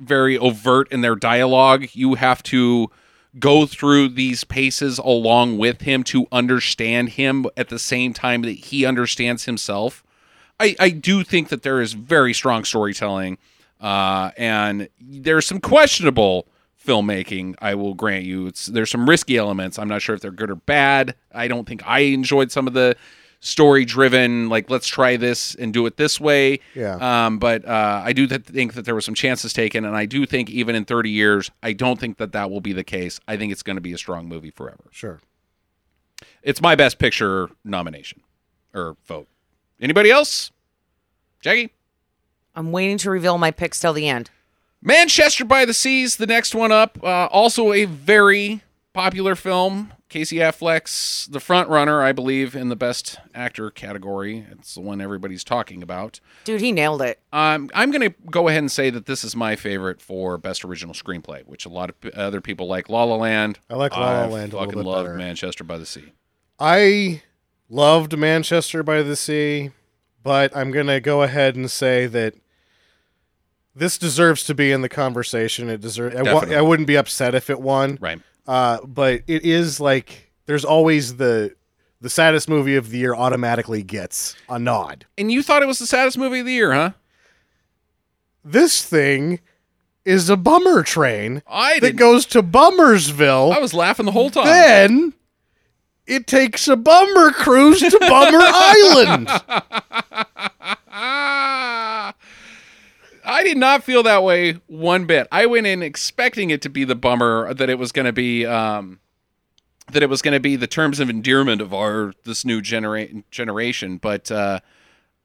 Speaker 2: very overt in their dialogue. You have to go through these paces along with him to understand him at the same time that he understands himself. I, I do think that there is very strong storytelling, uh, and there's some questionable filmmaking. I will grant you, it's there's some risky elements. I'm not sure if they're good or bad. I don't think I enjoyed some of the story-driven, like let's try this and do it this way.
Speaker 1: Yeah.
Speaker 2: Um, but uh, I do th- think that there were some chances taken, and I do think even in 30 years, I don't think that that will be the case. I think it's going to be a strong movie forever.
Speaker 1: Sure.
Speaker 2: It's my best picture nomination or vote. Anybody else? Jackie?
Speaker 3: I'm waiting to reveal my picks till the end.
Speaker 2: Manchester by the Seas, the next one up. Uh, also a very popular film. Casey Affleck's the front runner, I believe, in the best actor category. It's the one everybody's talking about.
Speaker 3: Dude, he nailed it.
Speaker 2: Um, I'm going to go ahead and say that this is my favorite for best original screenplay, which a lot of p- other people like. La La Land.
Speaker 1: I like La La
Speaker 2: I
Speaker 1: Land a little
Speaker 2: Fucking
Speaker 1: bit
Speaker 2: love
Speaker 1: better.
Speaker 2: Manchester by the Sea.
Speaker 1: I loved Manchester by the Sea. but I'm going to go ahead and say that this deserves to be in the conversation. It deserves. I, wa-
Speaker 2: Definitely.
Speaker 1: I wouldn't be upset if it won,
Speaker 2: Right.
Speaker 1: uh, but it is like there's always the the saddest movie of the year automatically gets a nod.
Speaker 2: And you thought it was the saddest movie of the year, huh?
Speaker 1: This thing is a bummer train
Speaker 2: I Oh,
Speaker 1: that
Speaker 2: did.
Speaker 1: goes to Bummersville.
Speaker 2: I was laughing the whole time.
Speaker 1: then it takes a bummer cruise to Bummer Island.
Speaker 2: Ah. I did not feel that way one bit. I went in expecting it to be the bummer that it was going to be um, that it was going to be the terms of endearment of our this new genera- generation, but uh,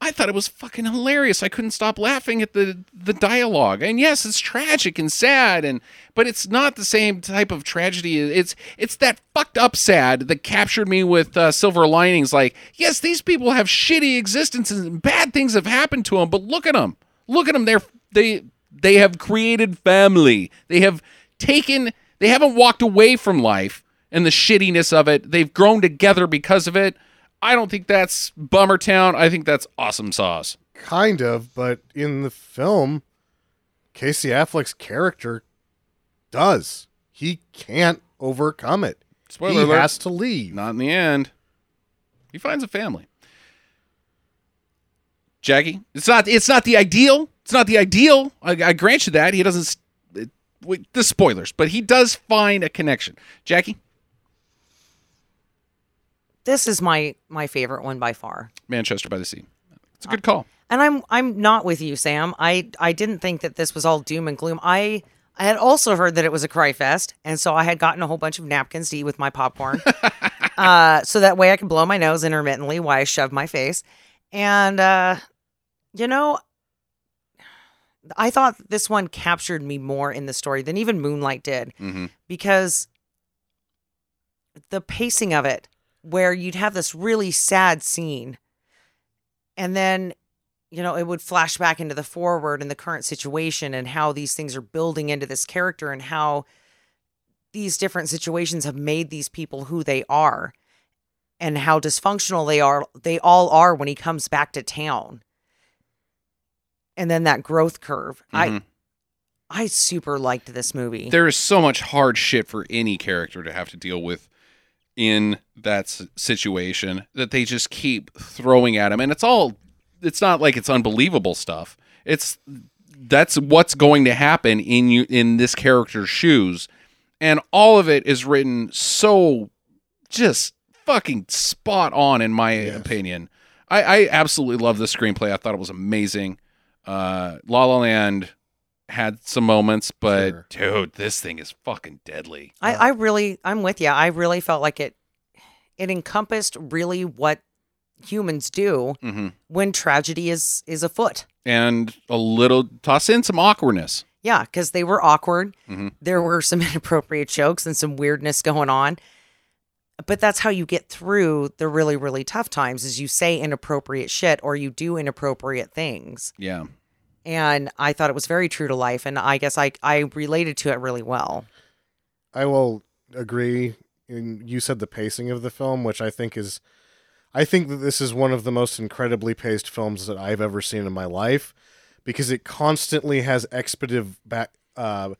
Speaker 2: I thought it was fucking hilarious. I couldn't stop laughing at the the dialogue. And yes, it's tragic and sad and but it's not the same type of tragedy. It's it's that fucked up sad that captured me with uh, silver linings like, yes, these people have shitty existences and bad things have happened to them, but look at them. Look at them. They're they they have created family. They have taken they haven't walked away from life and the shittiness of it. They've grown together because of it. I don't think that's Bummer Town. I think that's awesome sauce.
Speaker 1: kind of, but in the film, Casey Affleck's character does. He can't overcome it. he
Speaker 2: Spoiler alert.
Speaker 1: has to leave.
Speaker 2: Not in the end. He finds a family. Jackie, it's not it's not the ideal. It's not the ideal. I, I grant you that. He doesn't s- it- wait, this spoilers, but he does find a connection. Jackie,
Speaker 3: This is my my favorite one by far.
Speaker 2: Manchester by the Sea. It's a good call.
Speaker 3: And I'm I'm not with you, Sam. I I didn't think that this was all doom and gloom. I I had also heard that it was a cry fest, and so I had gotten a whole bunch of napkins to eat with my popcorn, uh, so that way I could blow my nose intermittently while I shoved my face. And uh, you know, I thought this one captured me more in the story than even Moonlight did
Speaker 2: Mm-hmm.
Speaker 3: because the pacing of it, where you'd have this really sad scene, and then, you know, it would flash back into the forward and the current situation and how these things are building into this character and how these different situations have made these people who they are and how dysfunctional they are they all are when he comes back to town and then that growth curve i i super liked this movie
Speaker 2: There is so much hard shit for any character to have to deal with in that s- situation that they just keep throwing at him and it's all it's not like it's unbelievable stuff it's that's what's going to happen in you in this character's shoes and all of it is written so just fucking spot on in my opinion I, I absolutely love the screenplay i thought it was amazing uh la la land had some moments but dude this thing is fucking deadly
Speaker 3: I, I really, I'm with you. I really felt like it, it encompassed really what humans do
Speaker 2: mm-hmm.
Speaker 3: when tragedy is is afoot.
Speaker 2: and a little toss in some awkwardness.
Speaker 3: Yeah, because they were awkward.
Speaker 2: Mhm.
Speaker 3: There were some inappropriate jokes and some weirdness going on. But that's how you get through the really, really tough times is you say inappropriate shit or you do inappropriate things.
Speaker 2: Yeah.
Speaker 3: And I thought it was very true to life. And I guess I, I related to it really well.
Speaker 1: I will agree. And you said the pacing of the film, which I think is, I think that this is one of the most incredibly paced films that I've ever seen in my life, because it constantly has expeditive back, uh,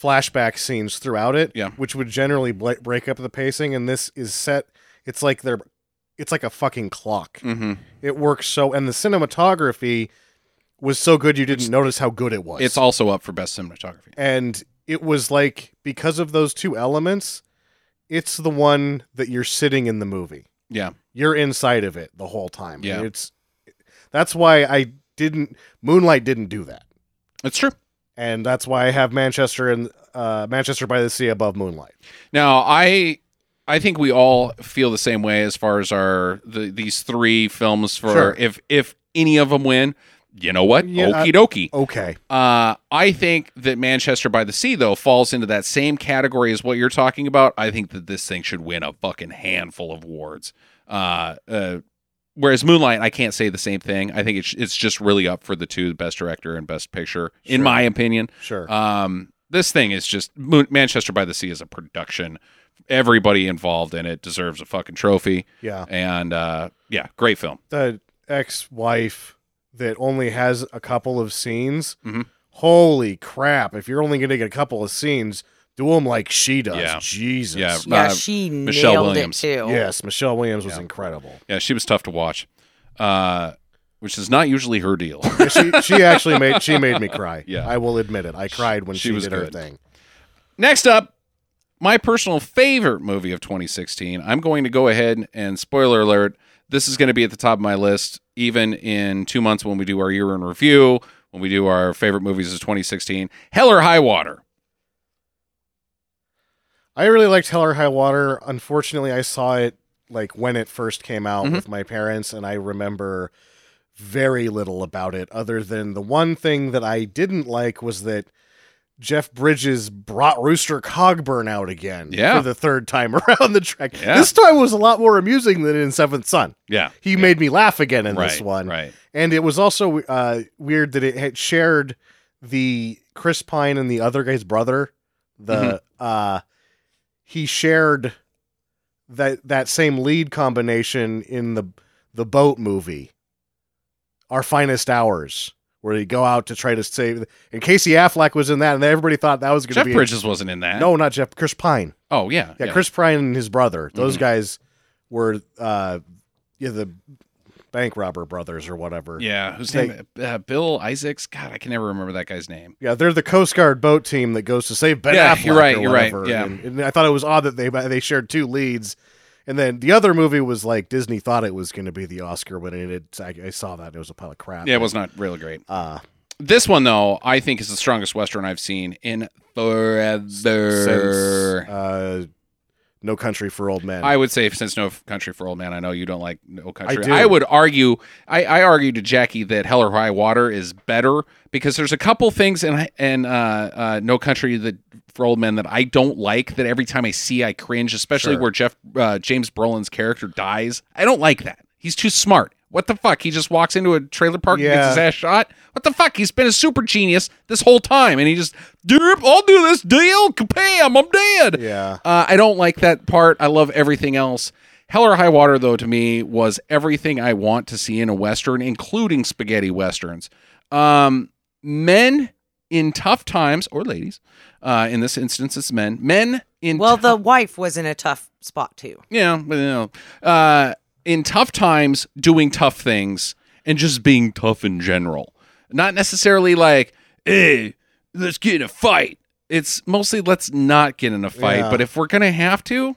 Speaker 1: flashback scenes throughout it,
Speaker 2: Yeah.
Speaker 1: which would generally bla break up the pacing. And this is set. It's like they're, it's like a fucking clock.
Speaker 2: Mm-hmm.
Speaker 1: It works so, and the cinematography was so good you didn't notice how good it was
Speaker 2: It's also up for best cinematography.
Speaker 1: and it was like because of those two elements it's the one that you're sitting in the movie
Speaker 2: Yeah.
Speaker 1: you're inside of it the whole time
Speaker 2: Yeah.
Speaker 1: it's that's why i didn't moonlight didn't do that
Speaker 2: It's true.
Speaker 1: and that's why i have manchester and uh, manchester by the sea above moonlight
Speaker 2: Now, I I think we all feel the same way as far as our the, these three films for
Speaker 1: Sure.
Speaker 2: if if any of them win, you know what?
Speaker 1: Yeah, I-
Speaker 2: Okie dokie.
Speaker 1: okay
Speaker 2: Uh, I think that Manchester by the Sea though falls into that same category as what you're talking about. I think that this thing should win a fucking handful of awards. Uh, uh, whereas Moonlight, I can't say the same thing. I think it's it's just really up for the two best director and best picture, in
Speaker 1: Sure.
Speaker 2: my opinion.
Speaker 1: sure
Speaker 2: Um, this thing is just Moon, Manchester by the Sea is a production. Everybody involved in it deserves a fucking trophy.
Speaker 1: yeah
Speaker 2: And uh, yeah, great film.
Speaker 1: the ex-wife that only has a couple of scenes.
Speaker 2: Mhm.
Speaker 1: Holy crap! If you're only going to get a couple of scenes, do them like she does.
Speaker 2: Yeah.
Speaker 1: Jesus.
Speaker 2: Yeah.
Speaker 3: Yeah,
Speaker 2: Uh,
Speaker 3: she
Speaker 2: Michelle
Speaker 3: nailed
Speaker 2: Williams.
Speaker 3: it too.
Speaker 1: Yes, Michelle Williams was
Speaker 2: Yeah.
Speaker 1: incredible.
Speaker 2: Yeah, she was tough to watch, uh, which is not usually her deal.
Speaker 1: Yeah, she she actually made she made me cry.
Speaker 2: Yeah.
Speaker 1: I will admit it. I cried when
Speaker 2: she
Speaker 1: she,
Speaker 2: was
Speaker 1: did her
Speaker 2: good.
Speaker 1: thing.
Speaker 2: Next up, my personal favorite movie of 2016. I'm going to go ahead and spoiler alert. This is going to be at the top of my list, even in two months when we do our year in review, when we do our favorite movies of 2016. Hell or High Water.
Speaker 1: I really liked Hell or High Water. Unfortunately, I saw it like when it first came out
Speaker 2: Mhm.
Speaker 1: with my parents, and I remember very little about it other than the one thing that I didn't like was that Jeff Bridges brought Rooster Cogburn out again
Speaker 2: Yeah.
Speaker 1: for the third time around the track.
Speaker 2: Yeah.
Speaker 1: This time was a lot more amusing than in Seventh Son.
Speaker 2: Yeah.
Speaker 1: He made me laugh again in
Speaker 2: right,
Speaker 1: this one.
Speaker 2: Right.
Speaker 1: And it was also uh, weird that it had shared the Chris Pine and the other guy's brother. The
Speaker 2: Mm-hmm.
Speaker 1: uh, he shared that that same lead combination in the the boat movie, Our Finest Hours, where they go out to try to save. And Casey Affleck was in that, and everybody thought that was going to
Speaker 2: Jeff
Speaker 1: be
Speaker 2: Bridges wasn't in that.
Speaker 1: no, not Jeff. Chris Pine.
Speaker 2: Oh, yeah.
Speaker 1: Yeah, Chris Pine and his brother. Those
Speaker 2: Mhm.
Speaker 1: guys were uh, yeah the bank robber brothers or whatever.
Speaker 2: Yeah. Whose
Speaker 1: They-
Speaker 2: name? Uh, Bill Isaacs. God, I can never remember that guy's name.
Speaker 1: Yeah, they're the Coast Guard boat team that goes to save Ben
Speaker 2: Yeah,
Speaker 1: Affleck
Speaker 2: you're right,
Speaker 1: or
Speaker 2: you're right,
Speaker 1: whatever.
Speaker 2: yeah.
Speaker 1: and, and I thought it was odd that they they shared two leads, and then the other movie was like Disney thought it was going to be the Oscar winning. It I, I saw that and it was a pile of crap.
Speaker 2: Yeah, it was not really great.
Speaker 1: Uh,
Speaker 2: This one, though, I think is the strongest Western I've seen in forever.
Speaker 1: since, uh, No Country for Old Men.
Speaker 2: I would say since No Country for Old Men, I know you don't like No Country.
Speaker 1: do.
Speaker 2: I, would argue, I, I argue to Jackie that Hell or High Water is better because there's a couple things in in uh, uh, No Country that for Old Men that I don't like. That every time I see, I cringe, especially
Speaker 1: Sure.
Speaker 2: where Jeff uh, James Brolin's character dies. I don't like that. He's too smart. What the fuck? He just walks into a trailer park and gets
Speaker 1: Yeah.
Speaker 2: his ass shot. What the fuck? He's been a super genius this whole time, and he just, derp, I'll do this deal. Kapam, I'm dead.
Speaker 1: yeah,
Speaker 2: Uh, I don't like that part. I love everything else. Hell or High Water, though, to me was everything I want to see in a western, including spaghetti westerns. Um, men in tough times, or ladies, uh, in this instance, it's men. Men in
Speaker 3: Well,
Speaker 2: tou-
Speaker 3: the wife was in a tough spot too.
Speaker 2: yeah, but you know, uh, in tough times, doing tough things and just being tough in general. Not necessarily like, hey, let's get in a fight. It's mostly let's not get in a fight.
Speaker 1: Yeah.
Speaker 2: But if we're gonna have to,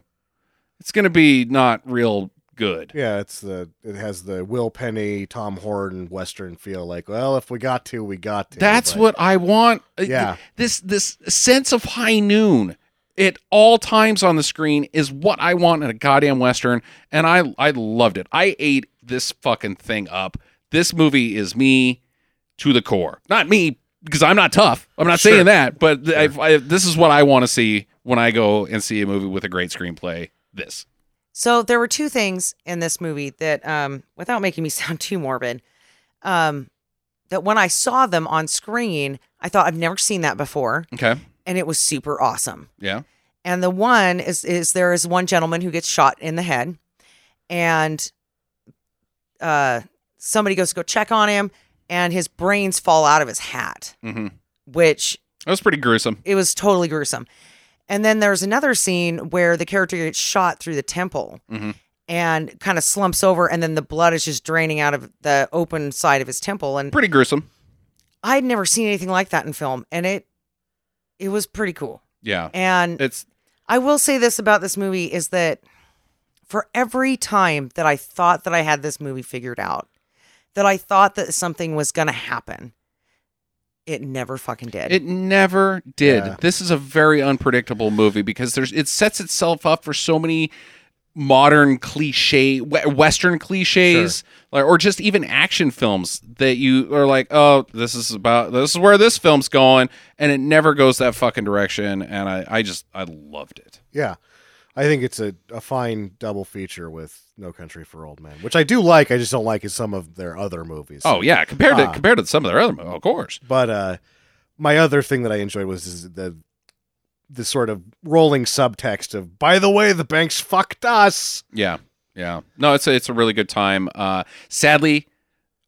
Speaker 2: it's gonna be not real good.
Speaker 1: yeah. It's the it has the Will Penny, Tom Horton Western feel. Like, well, if we got to, we got to.
Speaker 2: That's
Speaker 1: but-
Speaker 2: what I want. Uh,
Speaker 1: Yeah.
Speaker 2: This this sense of high noon at all times on the screen is what I want in a goddamn western, and I I loved it. I ate this fucking thing up. This movie is me to the core. Not me because I'm not tough. I'm not
Speaker 1: Sure.
Speaker 2: saying that, but th- I, I, this is what I want to see when I go and see a movie with a great screenplay. This.
Speaker 3: So there were two things in this movie that, um, without making me sound too morbid, um, that when I saw them on screen, I thought I've never seen that before,
Speaker 2: Okay.
Speaker 3: and it was super awesome.
Speaker 2: Yeah.
Speaker 3: And the one is is there is one gentleman who gets shot in the head, and uh, somebody goes to go check on him, and his brains fall out of his hat,
Speaker 2: hmm
Speaker 3: which
Speaker 2: That was pretty gruesome.
Speaker 3: it was totally gruesome. And then there's another scene where the character gets shot through the temple
Speaker 2: Mhm.
Speaker 3: and kind of slumps over, and then the blood is just draining out of the open side of his temple. And
Speaker 2: Pretty gruesome.
Speaker 3: I'd never seen anything like that in film, and it it was pretty cool.
Speaker 2: Yeah.
Speaker 3: And
Speaker 2: It's
Speaker 3: I will say this about this movie is that for every time that I thought that I had this movie figured out, that I thought that something was going to happen, it never fucking did.
Speaker 2: It never did.
Speaker 1: Yeah.
Speaker 2: This is a very unpredictable movie because there's it sets itself up for so many modern cliche we- western cliches like, or just even action films that you are like oh this is about this is where this film's going and it never goes that fucking direction and i i just i loved it
Speaker 1: Yeah. I think it's a, a fine double feature with No Country for Old Men, which I do like. I just don't like is some of their other movies.
Speaker 2: oh yeah compared to
Speaker 1: Ah.
Speaker 2: compared to some of their other movies of course
Speaker 1: But uh, my other thing that I enjoyed was is the the sort of rolling subtext of by the way the banks fucked us
Speaker 2: Yeah, yeah. No, it's a, it's a really good time. Uh, sadly,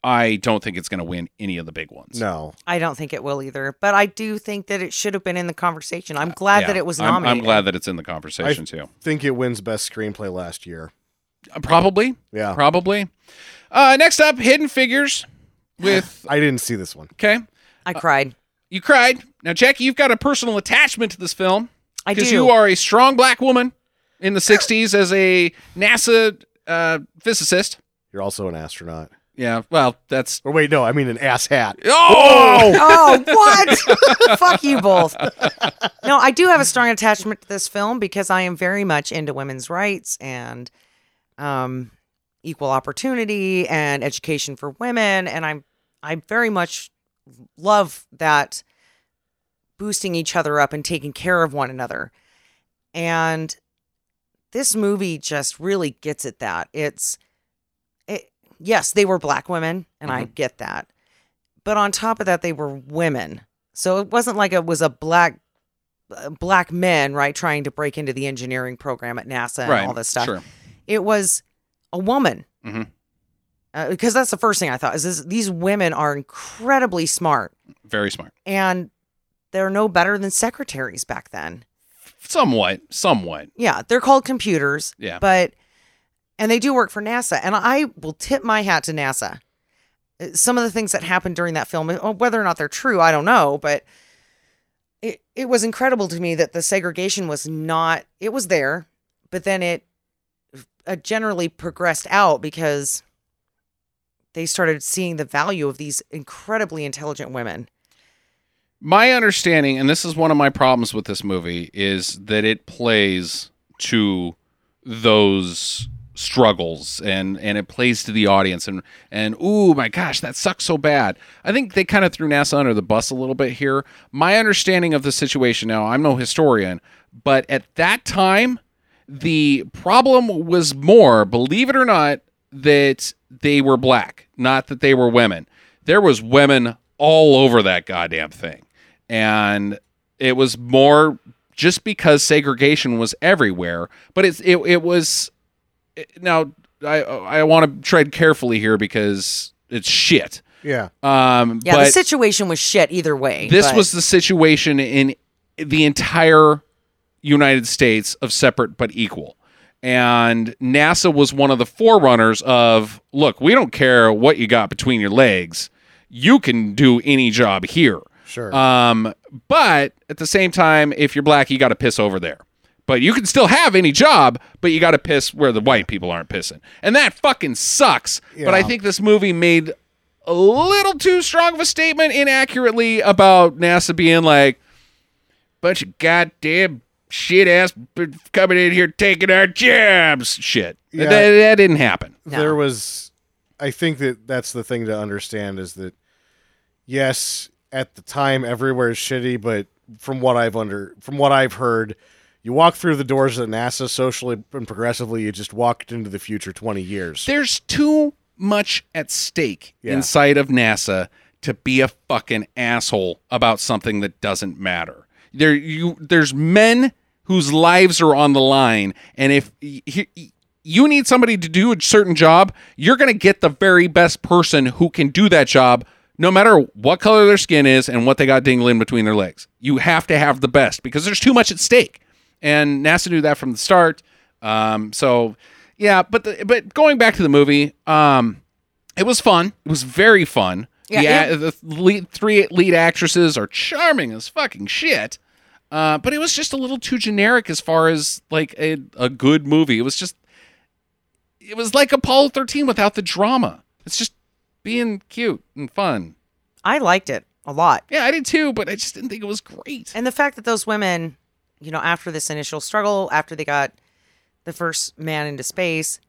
Speaker 2: I don't think it's going to win any of the big ones.
Speaker 1: No.
Speaker 3: I don't think it will either, but I do think that it should have been in the conversation. I'm glad
Speaker 2: Uh, Yeah.
Speaker 3: that it was
Speaker 2: I'm-
Speaker 3: nominated.
Speaker 2: I'm, glad that it's in the conversation too.
Speaker 1: Think it wins best screenplay last year.
Speaker 2: Uh, Probably,
Speaker 3: Oh.
Speaker 1: Yeah.
Speaker 2: probably. Uh, next up, Hidden Figures. With
Speaker 1: I didn't see this one.
Speaker 2: okay,
Speaker 3: I cried.
Speaker 2: you cried. Now, Jackie, you've got a personal attachment to this film
Speaker 3: I do.
Speaker 2: because you are a strong black woman in the '60s as a NASA uh, physicist.
Speaker 1: You're also an astronaut.
Speaker 2: Yeah, well, that's
Speaker 1: Or wait, no, I mean an ass hat.
Speaker 2: oh,
Speaker 3: oh, what? Fuck you both. No, I do have a strong attachment to this film because I am very much into women's rights and um, equal opportunity and education for women, and I'm I very much love that boosting each other up and taking care of one another. And this movie just really gets at that. It's it, yes, they were black women, and
Speaker 2: Mm-hmm.
Speaker 3: I get that but on top of that they were women so it wasn't like it was a black uh, black men right trying to break into the engineering program at nasa and
Speaker 2: right,
Speaker 3: all this stuff
Speaker 2: Sure.
Speaker 3: it was a woman
Speaker 2: Mhm.
Speaker 3: Uh, because that's the first thing i thought is this, these women are incredibly smart
Speaker 2: Very smart.
Speaker 3: and they're no better than secretaries back then
Speaker 2: Somewhat, somewhat.
Speaker 3: yeah they're called computers
Speaker 2: Yeah.
Speaker 3: but and they do work for nasa and i will tip my hat to nasa Uh, some of the things that happened during that film uh, whether or not they're true i don't know but it, it was incredible to me that the segregation was not it was there but then it uh, generally progressed out because they started seeing the value of these incredibly intelligent women
Speaker 2: my understanding and this is one of my problems with this movie is that it plays to those struggles and and it plays to the audience and and ooh my gosh that sucks so bad i think they kind of threw nasa under the bus a little bit here my understanding of the situation now i'm no historian but at that time the problem was more believe it or not that they were black not that they were women there was women all over that goddamn thing and it was more just because segregation was everywhere but it's it, it was it- now i i want to tread carefully here because it's shit
Speaker 1: Yeah.
Speaker 2: um
Speaker 3: yeah the
Speaker 2: but
Speaker 3: situation was shit either way
Speaker 2: this
Speaker 3: but-
Speaker 2: was the situation in the entire United States of separate but equal. And NASA was one of the forerunners of look, we don't care what you got between your legs. You can do any job here.
Speaker 1: Sure.
Speaker 2: Um, but at the same time, if you're black, you got to piss over there. But you can still have any job, but you got to piss where the white people aren't pissing. And that fucking sucks. But I
Speaker 1: Yeah.
Speaker 2: think this movie made a little too strong of a statement inaccurately about NASA being like, bunch of goddamn shit ass b- coming in here taking our jobs. Shit.
Speaker 1: Yeah.
Speaker 2: That, that didn't happen.
Speaker 3: No.
Speaker 1: there was i think that that's the thing to understand is that yes at the time everywhere is shitty but from what i've under from what i've heard you walk through the doors of nasa socially and progressively you just walked into the future 20 years
Speaker 2: There's too much at stake
Speaker 1: Yeah.
Speaker 2: inside of NASA to be a fucking asshole about something that doesn't matter. There you there's men whose lives are on the line and if y- y- you need somebody to do a certain job, you're going to get the very best person who can do that job no matter what color their skin is and what they got dangling between their legs. You have to have the best because there's too much at stake. And NASA knew that from the start. Um, so yeah, but the, but going back to the movie, um, it was fun. It was very fun.
Speaker 3: Yeah,
Speaker 2: Yeah, the lead, three lead actresses are charming as fucking shit. Uh, but it was just a little too generic as far as like a, a good movie. It was just, it was like Apollo 13 without the drama. It's just being cute and fun.
Speaker 3: i liked it a lot
Speaker 2: Yeah, I did too, but I just didn't think it was great.
Speaker 3: And the fact that those women, you know, after this initial struggle, after they got the first man into space,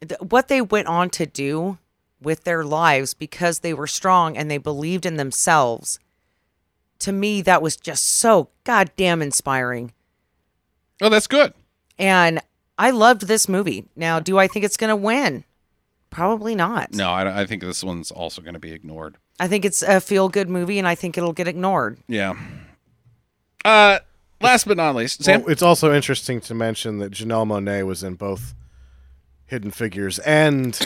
Speaker 3: th- what they went on to do with their lives because they were strong and they believed in themselves, to me, that was just so goddamn inspiring.
Speaker 2: Oh, that's good.
Speaker 3: And I loved this movie. Now, do I think it's going to win? Probably not.
Speaker 2: No, I, don't- I think this one's also going to be ignored.
Speaker 3: I think it's a feel good movie and I think it'll get ignored.
Speaker 2: Yeah. Uh, last but not least, Sam.
Speaker 1: Well, it's also interesting to mention that janelle monet was in both Hidden Figures and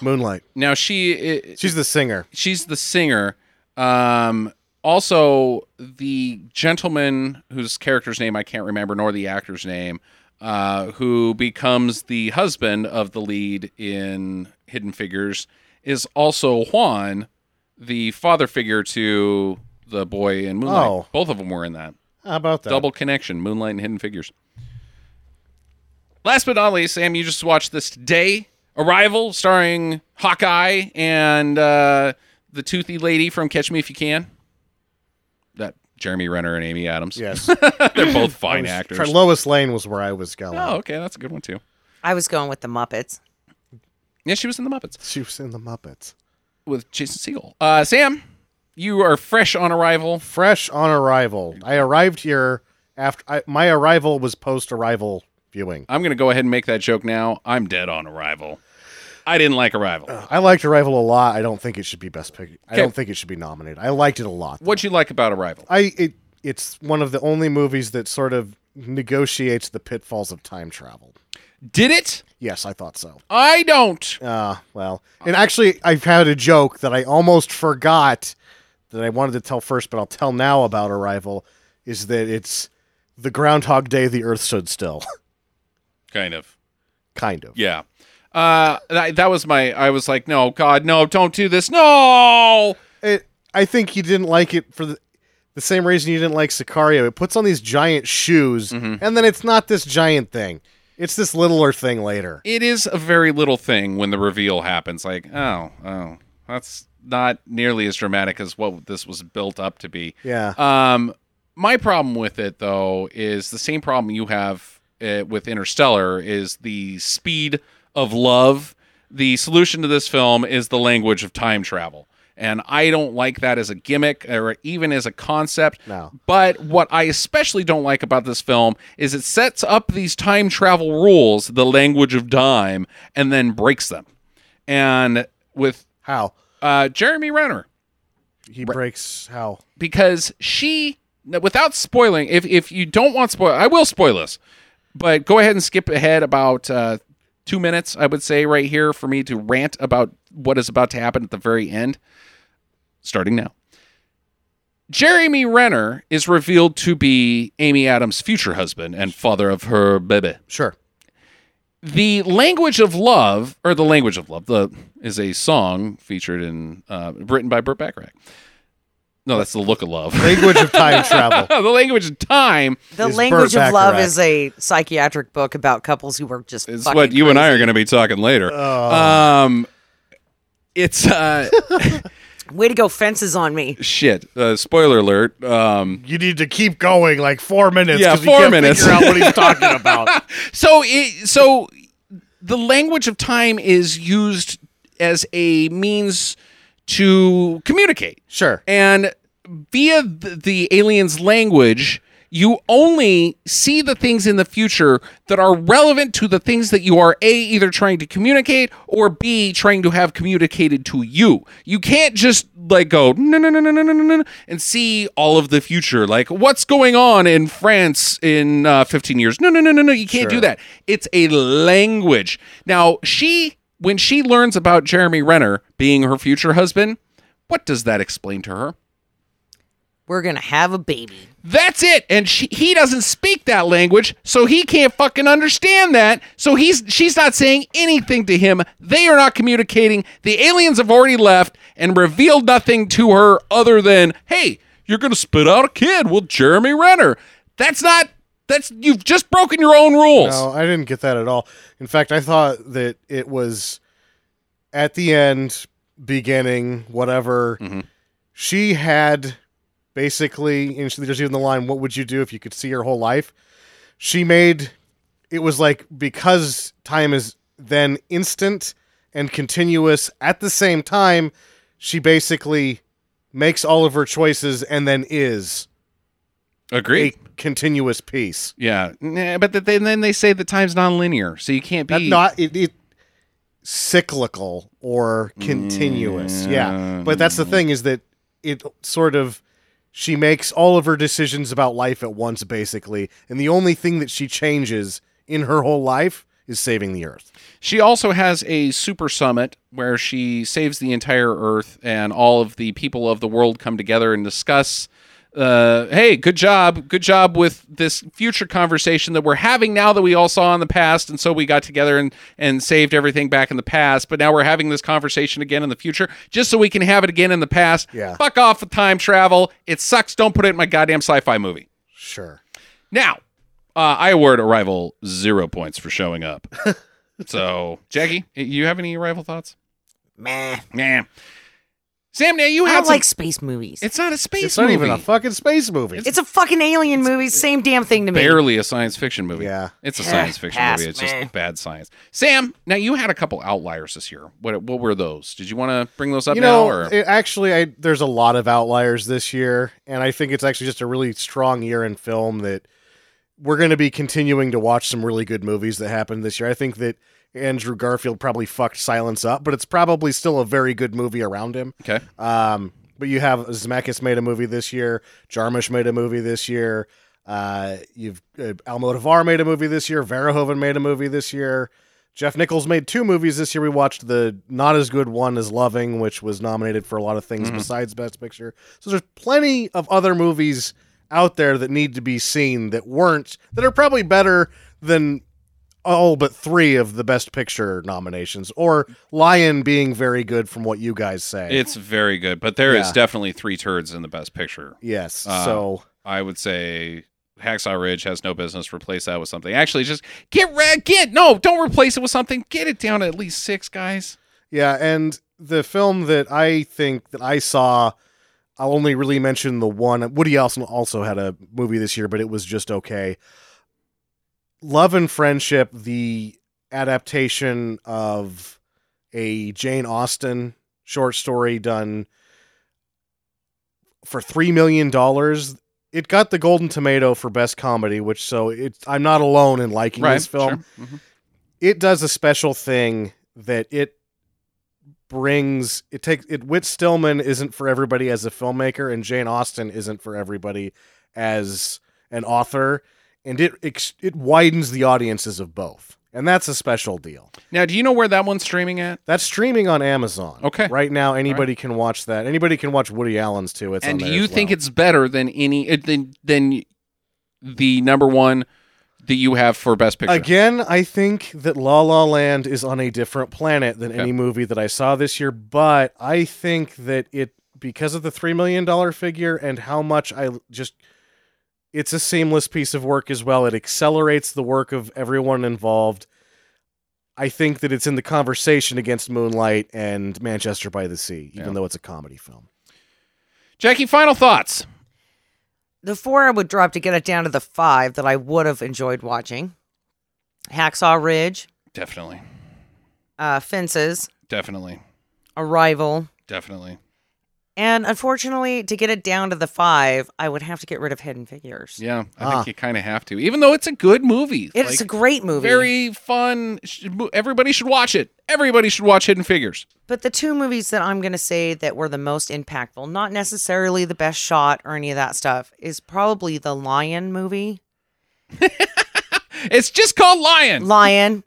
Speaker 1: Moonlight.
Speaker 2: Now she i-
Speaker 1: She's the singer.
Speaker 2: she's the singer. Um, also, the gentleman whose character's name I can't remember, nor the actor's name, uh, who becomes the husband of the lead in Hidden Figures, is also Juan, the father figure to the boy in Moonlight.
Speaker 1: Oh.
Speaker 2: Both of them were in that.
Speaker 1: How about that?
Speaker 2: Double connection, Moonlight and Hidden Figures. Last but not least, Sam, you just watched this today. Arrival, starring Hawkeye and uh, the toothy lady from Catch Me If You Can. That Jeremy Renner and Amy Adams.
Speaker 1: Yes.
Speaker 2: They're both
Speaker 1: I
Speaker 2: fine
Speaker 1: was
Speaker 2: actors.
Speaker 1: trying- Lois Lane was where I was going.
Speaker 2: oh, okay, that's a good one too.
Speaker 3: I was going with the Muppets.
Speaker 2: Yeah, she was in the Muppets
Speaker 1: She was in the Muppets.
Speaker 2: with Jason Segel. Uh, Sam, you are fresh on Arrival.
Speaker 1: Fresh on arrival. I arrived here after I, my arrival was post arrival viewing.
Speaker 2: I'm going to go ahead and make that joke now. I'm dead on Arrival. I didn't like Arrival.
Speaker 1: I liked Arrival a lot. I don't think it should be best pick. I
Speaker 2: Okay.
Speaker 1: don't think it should be nominated. I liked it a lot.
Speaker 2: What'd you like about Arrival?
Speaker 1: I it it's one of the only movies that sort of negotiates the pitfalls of time travel.
Speaker 2: Did it?
Speaker 1: Yes, I thought so.
Speaker 2: I don't.
Speaker 1: Ah, well. And actually I've had a joke that I almost forgot that I wanted to tell first, but I'll tell now about Arrival is that it's the groundhog day the earth stood still.
Speaker 2: Kind of.
Speaker 1: kind of.
Speaker 2: Yeah. Uh, that, that was my. I was like, no, God, no, don't do this, no.
Speaker 1: it, I think you didn't like it for the, the same reason you didn't like Sicario. It puts on these giant shoes, and then it's not this giant thing. It's this littler thing later.
Speaker 2: It is a very little thing when the reveal happens. Like, oh, oh, that's not nearly as dramatic as what this was built up to be.
Speaker 1: Yeah.
Speaker 2: Um, my problem with it though is the same problem you have uh, with Interstellar is the speed of love. The solution to this film is the language of time travel. And I don't like that as a gimmick or even as a concept.
Speaker 1: No.
Speaker 2: But what I especially don't like about this film is it sets up these time travel rules, the language of time, and then breaks them. And with
Speaker 1: How
Speaker 2: uh, Jeremy Renner,
Speaker 1: he breaks how?
Speaker 2: because she now, without spoiling if if you don't want spoil i will spoil this but go ahead and skip ahead about uh, two minutes i would say right here for me to rant about what is about to happen at the very end starting now jeremy renner is revealed to be amy adams future husband and father of her baby
Speaker 1: Sure.
Speaker 2: the language of love or the language of love the is a song featured in uh, written by burt bacharach no that's the look of love
Speaker 1: Language of time travel.
Speaker 2: the language of time
Speaker 3: The
Speaker 1: Is
Speaker 3: Language
Speaker 1: Burt
Speaker 3: of Love
Speaker 1: Bacharach.
Speaker 3: is a psychiatric book about couples who were just.
Speaker 2: is
Speaker 3: fucking
Speaker 2: what you and I are
Speaker 3: crazy. Oh.
Speaker 2: going to be talking later. Um, it's uh,
Speaker 3: Way to go, fences on me.
Speaker 2: shit. Uh, spoiler alert. Um,
Speaker 1: You need to keep going like four minutes.
Speaker 2: Yeah,
Speaker 1: 'cause we
Speaker 2: four
Speaker 1: can't
Speaker 2: minutes.
Speaker 1: Figure out what he's talking about.
Speaker 2: so it, so the language of time is used as a means to communicate.
Speaker 1: Sure.
Speaker 2: And via th- the alien's language, you only see the things in the future that are relevant to the things that you are A, either trying to communicate or B, trying to have communicated to you. You can't just like go, no, no, no, no, no, no, no, no, and see all of the future. Like what's going on in France in uh, 15 years. No, no, no, no, no. You can't do that. It's a language. Now, she, when she learns about Jeremy Renner being her future husband, what does that explain to her?
Speaker 3: We're going to have a baby.
Speaker 2: That's it. And she, he doesn't speak that language, so he can't fucking understand that. So he's she's not saying anything to him. They are not communicating. The aliens have already left and revealed nothing to her other than, "Hey, you're going to spit out a kid with Jeremy Renner." That's not that's you've just broken your own rules.
Speaker 1: No, I didn't get that at all. In fact, I thought that it was at the end, beginning, whatever. She had basically, and she, there's even the line, "What would you do if you could see your whole life?" She made it was like because time is then instant and continuous at the same time. She basically makes all of her choices and then is a
Speaker 2: Agreed.
Speaker 1: continuous piece.
Speaker 2: Yeah. Nah, but then then they say the time's non-linear, so you can't
Speaker 1: That
Speaker 2: be
Speaker 1: not it, it cyclical or continuous.
Speaker 2: Mm,
Speaker 1: Yeah. But that's the thing is that it sort of she makes all of her decisions about life at once basically, and the only thing that she changes in her whole life is saving the Earth.
Speaker 2: She also has a super summit where she saves the entire Earth, and all of the people of the world come together and discuss. Uh, hey, good job, good job with this future conversation that we're having now that we all saw in the past, and so we got together and and saved everything back in the past. But now we're having this conversation again in the future, just so we can have it again in the past.
Speaker 1: Yeah.
Speaker 2: Fuck off with time travel. It sucks. Don't put it in my goddamn sci-fi movie.
Speaker 1: Sure.
Speaker 2: Now, uh, I award Arrival zero points for showing up. so, Jackie, you have any Arrival thoughts?
Speaker 3: Meh.
Speaker 2: Nah. Sam, now you
Speaker 3: I
Speaker 2: had
Speaker 3: don't
Speaker 2: some.
Speaker 3: like space movies. It's,
Speaker 2: it's not a space.
Speaker 1: it's not even a
Speaker 2: movie.
Speaker 1: fucking space movie.
Speaker 3: a fucking alien movie. Same damn thing to me.
Speaker 2: barely a science fiction movie.
Speaker 1: Yeah.
Speaker 2: it's a
Speaker 3: Yeah,
Speaker 2: science fiction
Speaker 3: pass,
Speaker 2: movie. It's
Speaker 3: meh.
Speaker 2: just bad science. Sam, now you had a couple outliers this year. What what were those? Did you want to bring those up
Speaker 1: you
Speaker 2: now?
Speaker 1: know,
Speaker 2: Or
Speaker 1: it- actually, I, there's a lot of outliers this year, and I think it's actually just a really strong year in film that we're going to be continuing to watch some really good movies that happened this year. I think that Andrew Garfield probably fucked Silence up, but it's probably still a very good movie around him.
Speaker 2: okay,
Speaker 1: Um, but you have Zemeckis made a movie this year. Jarmusch made a movie this year. Uh, you've uh, Almodovar made a movie this year. Verhoeven made a movie this year. Jeff Nichols made two movies this year. We watched the not as good one as Loving, which was nominated for a lot of things besides Best Picture. So there's plenty of other movies out there that need to be seen that weren't that are probably better than all but three of the Best Picture nominations, or Lion being very good from what you guys say.
Speaker 2: it's very good, but there is
Speaker 1: Yeah.
Speaker 2: definitely three turds in the best picture.
Speaker 1: Yes.
Speaker 2: Uh,
Speaker 1: so
Speaker 2: I would say Hacksaw Ridge has no business. Replace that with something. Actually, just get red. Get no. Don't replace it with something. Get it down to at least six guys.
Speaker 1: yeah, and the film that I think that I saw, I'll only really mention the one. Woody Allen also had a movie this year, but it was just okay. Love and Friendship, the adaptation of a Jane Austen short story done for three million dollars. It got the Golden Tomato for Best Comedy, which so it's I'm not alone in liking this film. Mm-hmm.
Speaker 2: sure. Mhm.
Speaker 1: it does a special thing that it brings it takes it Whit Stillman isn't for everybody as a filmmaker and Jane Austen isn't for everybody as an author and it ex- it widens the audiences of both and that's a special deal
Speaker 2: Now, do you know where that one's streaming at?
Speaker 1: that's streaming on Amazon
Speaker 2: Okay.
Speaker 1: right now anybody can watch that anybody can watch Woody Allen's too it's
Speaker 2: and
Speaker 1: on there
Speaker 2: you
Speaker 1: as
Speaker 2: think
Speaker 1: well.
Speaker 2: it's better than any uh, than than the number one that you have for best picture?
Speaker 1: Again, I think that La La Land is on a different planet than any movie that I saw this year, but I think that it because of the 3 million dollar figure and how much I l- just it's a seamless piece of work as well. It accelerates the work of everyone involved. I think that it's in the conversation against Moonlight and Manchester by the Sea, even
Speaker 2: Yeah.
Speaker 1: though it's a comedy film.
Speaker 2: Jackie, final thoughts.
Speaker 3: the four I would drop to get it down to the five that I would have enjoyed watching Hacksaw Ridge,
Speaker 2: Definitely,
Speaker 3: uh, Fences,
Speaker 2: definitely,
Speaker 3: Arrival.
Speaker 2: definitely.
Speaker 3: And unfortunately, to get it down to the five, I would have to get rid of Hidden Figures.
Speaker 2: Yeah, I
Speaker 1: Ah.
Speaker 2: think you kind of have to, even though it's a good movie.
Speaker 3: It's
Speaker 2: Like,
Speaker 3: a great movie.
Speaker 2: very fun. sh- mo- Everybody should watch it. Everybody should watch Hidden Figures.
Speaker 3: But the two movies that I'm going to say that were the most impactful, not necessarily the best shot or any of that stuff, is probably the Lion movie,
Speaker 2: It's just called Lion.
Speaker 3: Lion,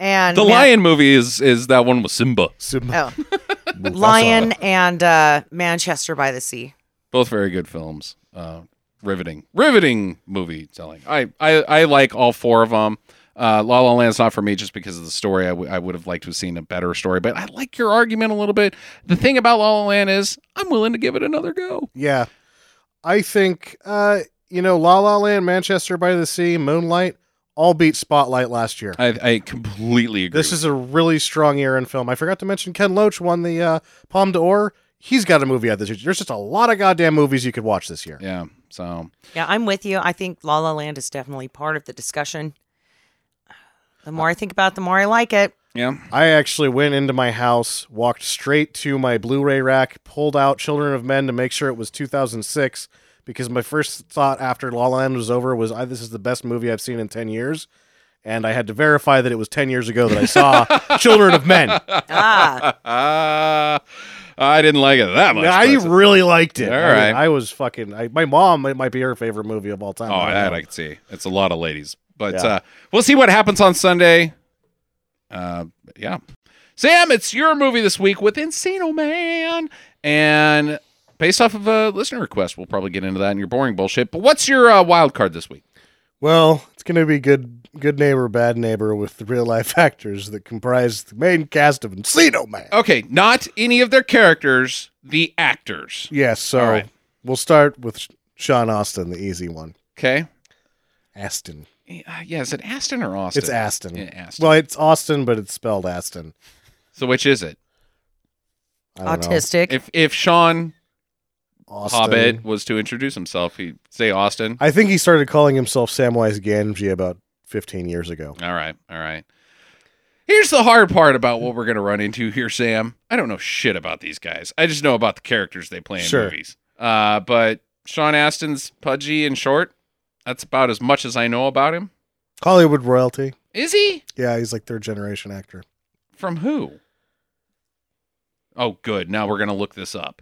Speaker 3: and
Speaker 2: the
Speaker 3: Ma-
Speaker 2: Lion movie is is that one with Simba.
Speaker 1: Simba-
Speaker 3: oh, Lion and uh, Manchester by the Sea.
Speaker 2: both very good films. Uh, riveting, riveting movie telling. I, I, I like all four of them. Uh, La La Land's not for me just because of the story. I, w- I would have liked to have seen a better story, but I like your argument a little bit. The thing about La La Land is I'm willing to give it another go.
Speaker 1: Yeah. I think uh, you know, La La Land, Manchester by the Sea, Moonlight all beat Spotlight last year.
Speaker 2: I, I completely agree.
Speaker 1: This is a really strong year in film. I forgot to mention Ken Loach won the uh, Palme d'Or. He's got a movie out this year. There's just a lot of goddamn movies you could watch this year.
Speaker 2: yeah. So
Speaker 3: Yeah, I'm with you. I think La La Land is definitely part of the discussion. The more I think about it, the more I like it.
Speaker 2: yeah,
Speaker 1: I actually went into my house, walked straight to my Blu-ray rack, pulled out Children of Men to make sure it was 2006 because my first thought after La La Land was over was I, this is the best movie I've seen in 10 years. And I had to verify that it was 10 years ago that I saw Children of Men.
Speaker 3: Ah,
Speaker 2: uh, I didn't like it that much.
Speaker 1: I
Speaker 2: but-
Speaker 1: really liked it.
Speaker 2: All
Speaker 1: I,
Speaker 2: right.
Speaker 1: I was fucking. I, my mom, it might be her favorite movie of all time.
Speaker 2: Oh,
Speaker 1: I don't
Speaker 2: that
Speaker 1: know.
Speaker 2: I can see. It's a lot of ladies. But
Speaker 1: Yeah.
Speaker 2: uh, we'll see what happens on Sunday. uh, yeah. Sam, it's your movie this week with Encino Man. And based off of a listener request, we'll probably get into that in your boring bullshit. But what's your uh, wild card this week?
Speaker 1: Well, it's going to be good good neighbor, bad neighbor with the real life actors that comprise the main cast of Encino Man.
Speaker 2: Okay, not any of their characters, the actors.
Speaker 1: Yes, so
Speaker 2: All right.
Speaker 1: we'll start with Sh- Sean Austin, the easy one.
Speaker 2: Okay.
Speaker 1: Aston.
Speaker 2: Yeah, yeah, is it Aston or Austin?
Speaker 1: It's Aston.
Speaker 2: Yeah, Aston.
Speaker 1: Well, it's Austin, but it's spelled Aston.
Speaker 2: so which is it?
Speaker 1: I don't know.
Speaker 3: Autistic.
Speaker 2: If if Sean
Speaker 1: Austin.
Speaker 2: Hobbit was to introduce himself, he'd say Austin.
Speaker 1: I think he started calling himself Samwise Gamgee about 15 years ago.
Speaker 2: All right, all right. Here's the hard part about what we're gonna run into here, Sam. I don't know shit about these guys. I just know about the characters they play in
Speaker 1: Sure.
Speaker 2: movies. Uh, but Sean Aston's pudgy and short. That's about as much as I know about him.
Speaker 1: Hollywood royalty.
Speaker 2: Is he
Speaker 1: Yeah, he's like third generation actor.
Speaker 2: from who? Oh, good. Now we're gonna look this up.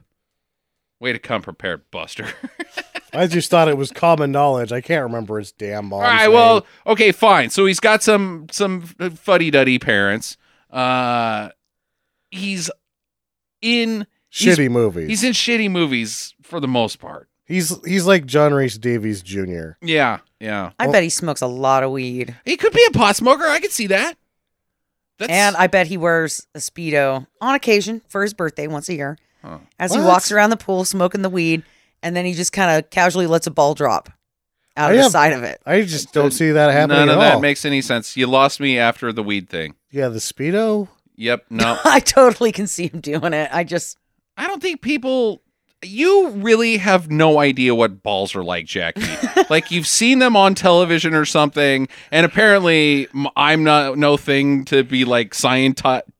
Speaker 2: Way to come prepared, Buster.
Speaker 1: I just thought it was common knowledge. I can't remember his damn mom.
Speaker 2: All right. Well, okay, fine. So he's got some some fuddy duddy parents. Uh, he's in he's-
Speaker 1: shitty movies.
Speaker 2: he's in shitty movies for the most part.
Speaker 1: He's he's like John Reese Davies Jr.
Speaker 2: Yeah, yeah.
Speaker 3: I
Speaker 1: well-
Speaker 3: bet he smokes a lot of weed.
Speaker 2: He could be a pot smoker. I could see that. That's
Speaker 3: And I bet he wears a Speedo on occasion for his birthday once a year
Speaker 2: Huh.
Speaker 3: as he
Speaker 1: What?
Speaker 3: walks around the pool smoking the weed. And then he just kind of casually lets a ball drop
Speaker 1: I
Speaker 3: out of the
Speaker 1: have-
Speaker 3: side of it.
Speaker 1: I just don't see that happening
Speaker 2: none
Speaker 1: at
Speaker 2: of that
Speaker 1: all.
Speaker 2: makes any sense. You lost me after the weed thing.
Speaker 1: yeah, the speedo.
Speaker 2: Yep. No,
Speaker 3: I totally can see him doing it. I just,
Speaker 2: I don't think people. You really have no idea what balls are like, Jackie. like you've seen them on television or something, and apparently m- I'm not no thing to be like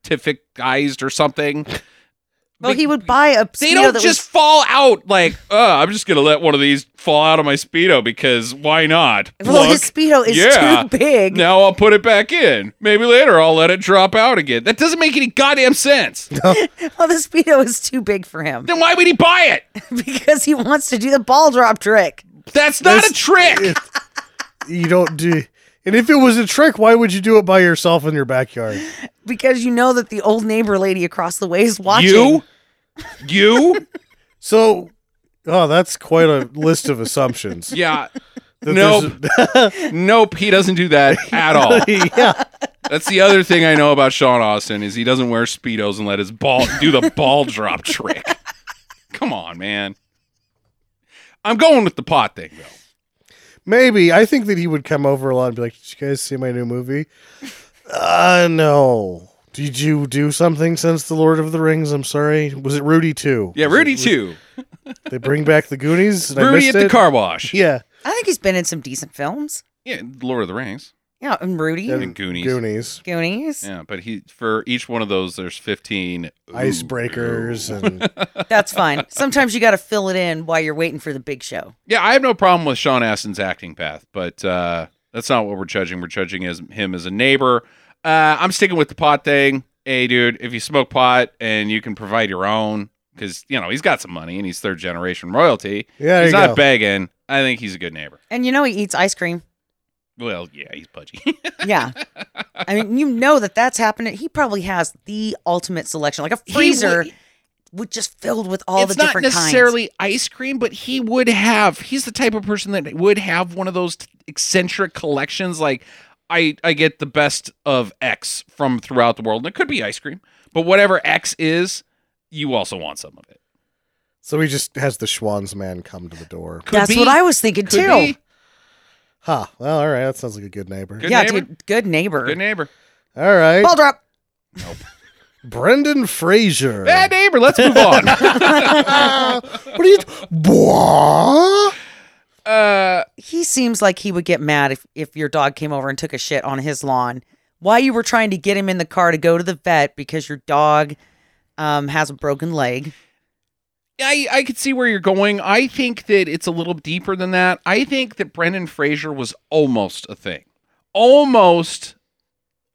Speaker 2: scientificized or something.
Speaker 3: well,
Speaker 2: They-
Speaker 3: he would buy a Speedo
Speaker 2: They don't
Speaker 3: that
Speaker 2: just fall out like, oh, I'm just gonna let one of these fall out of my speedo because why not?
Speaker 3: was, well,
Speaker 2: Look,
Speaker 3: his Speedo is
Speaker 2: Yeah.
Speaker 3: too big.
Speaker 2: now I'll put it back in. Maybe later I'll let it drop out again. That doesn't make any goddamn sense.
Speaker 3: Well, the Speedo is too big for him
Speaker 2: then why would he buy it?
Speaker 3: because he wants to do the ball drop trick.
Speaker 2: That's not a
Speaker 1: That's-
Speaker 2: trick.
Speaker 1: You don't do. And if it was a trick, why would you do it by yourself in your backyard?
Speaker 3: Because you know that the old neighbor lady across the way is watching.
Speaker 2: You? You?
Speaker 1: So, oh, that's quite a list of assumptions.
Speaker 2: yeah.
Speaker 1: That
Speaker 2: Nope. Nope. He doesn't do that at all.
Speaker 1: there's a- yeah.
Speaker 2: That's the other thing I know about Sean Austin is he doesn't wear speedos and let his ball do the ball drop trick. Come on, man. I'm going with the pot thing though.
Speaker 1: Maybe I think that he would come over a lot and be like, "Did you guys see my new movie?" Uh no. Did you do something since the Lord of the Rings? I'm sorry. Was it Rudy too?
Speaker 2: Yeah,
Speaker 1: Was it-
Speaker 2: Rudy
Speaker 1: was-
Speaker 2: too.
Speaker 1: They bring back the Goonies. And I
Speaker 2: Rudy
Speaker 1: missed
Speaker 2: at the
Speaker 1: it?
Speaker 2: car wash. Yeah.
Speaker 1: Yeah.
Speaker 3: I think he's been in some decent films.
Speaker 2: Lord of the Rings.
Speaker 3: Yeah, and Rudy.
Speaker 2: And Goonies.
Speaker 1: Goonies.
Speaker 3: Goonies.
Speaker 2: Yeah, but he for each one of those there's 15 Ooh.
Speaker 1: Icebreakers and
Speaker 3: That's fine. Sometimes you got to fill it in while you're waiting for the big show.
Speaker 2: Yeah, I have no problem with Sean Astin's acting path, but uh, that's not what we're judging. We're judging as him as a neighbor. Uh, I'm sticking with the pot thing. Hey, dude, if you smoke pot and you can provide your own, because you know he's got some money and he's third generation royalty,
Speaker 1: yeah. There
Speaker 2: he's
Speaker 1: you
Speaker 2: not
Speaker 1: go.
Speaker 2: begging. I think he's a good neighbor.
Speaker 3: And you know he eats ice cream.
Speaker 2: Well, yeah, he's pudgy.
Speaker 3: Yeah. I mean, you know that that's happening. He probably has the ultimate selection, like a
Speaker 2: He
Speaker 3: freezer
Speaker 2: would-
Speaker 3: with just filled with all
Speaker 2: it's
Speaker 3: the
Speaker 2: not
Speaker 3: different kinds.
Speaker 2: necessarily ice cream, but he would have. He's the type of person that would have one of those t- eccentric collections. Like, I I get the best of X from throughout the world, and it could be ice cream, but whatever X is, you also want some of it.
Speaker 1: So he just has the Schwann's man come to the door.
Speaker 2: Could
Speaker 3: That's
Speaker 2: be,
Speaker 3: what I was thinking
Speaker 2: could
Speaker 3: too.
Speaker 2: be.
Speaker 1: Ha. Well, all right. That sounds like a good neighbor.
Speaker 2: Good
Speaker 3: yeah,
Speaker 2: neighbor.
Speaker 3: dude. Good neighbor.
Speaker 2: Good neighbor,
Speaker 1: All right.
Speaker 3: Ball drop.
Speaker 1: Brendan Fraser.
Speaker 2: bad neighbor. Let's move on.
Speaker 1: what are you? Bwah?
Speaker 2: uh,
Speaker 3: He seems like he would get mad if, if your dog came over and took a shit on his lawn. Why you were trying to get him in the car to go to the vet because your dog um, has a broken leg.
Speaker 2: I, I could see where you're going. I think that it's a little deeper than that. I think that Brendan Fraser was almost a thing. Almost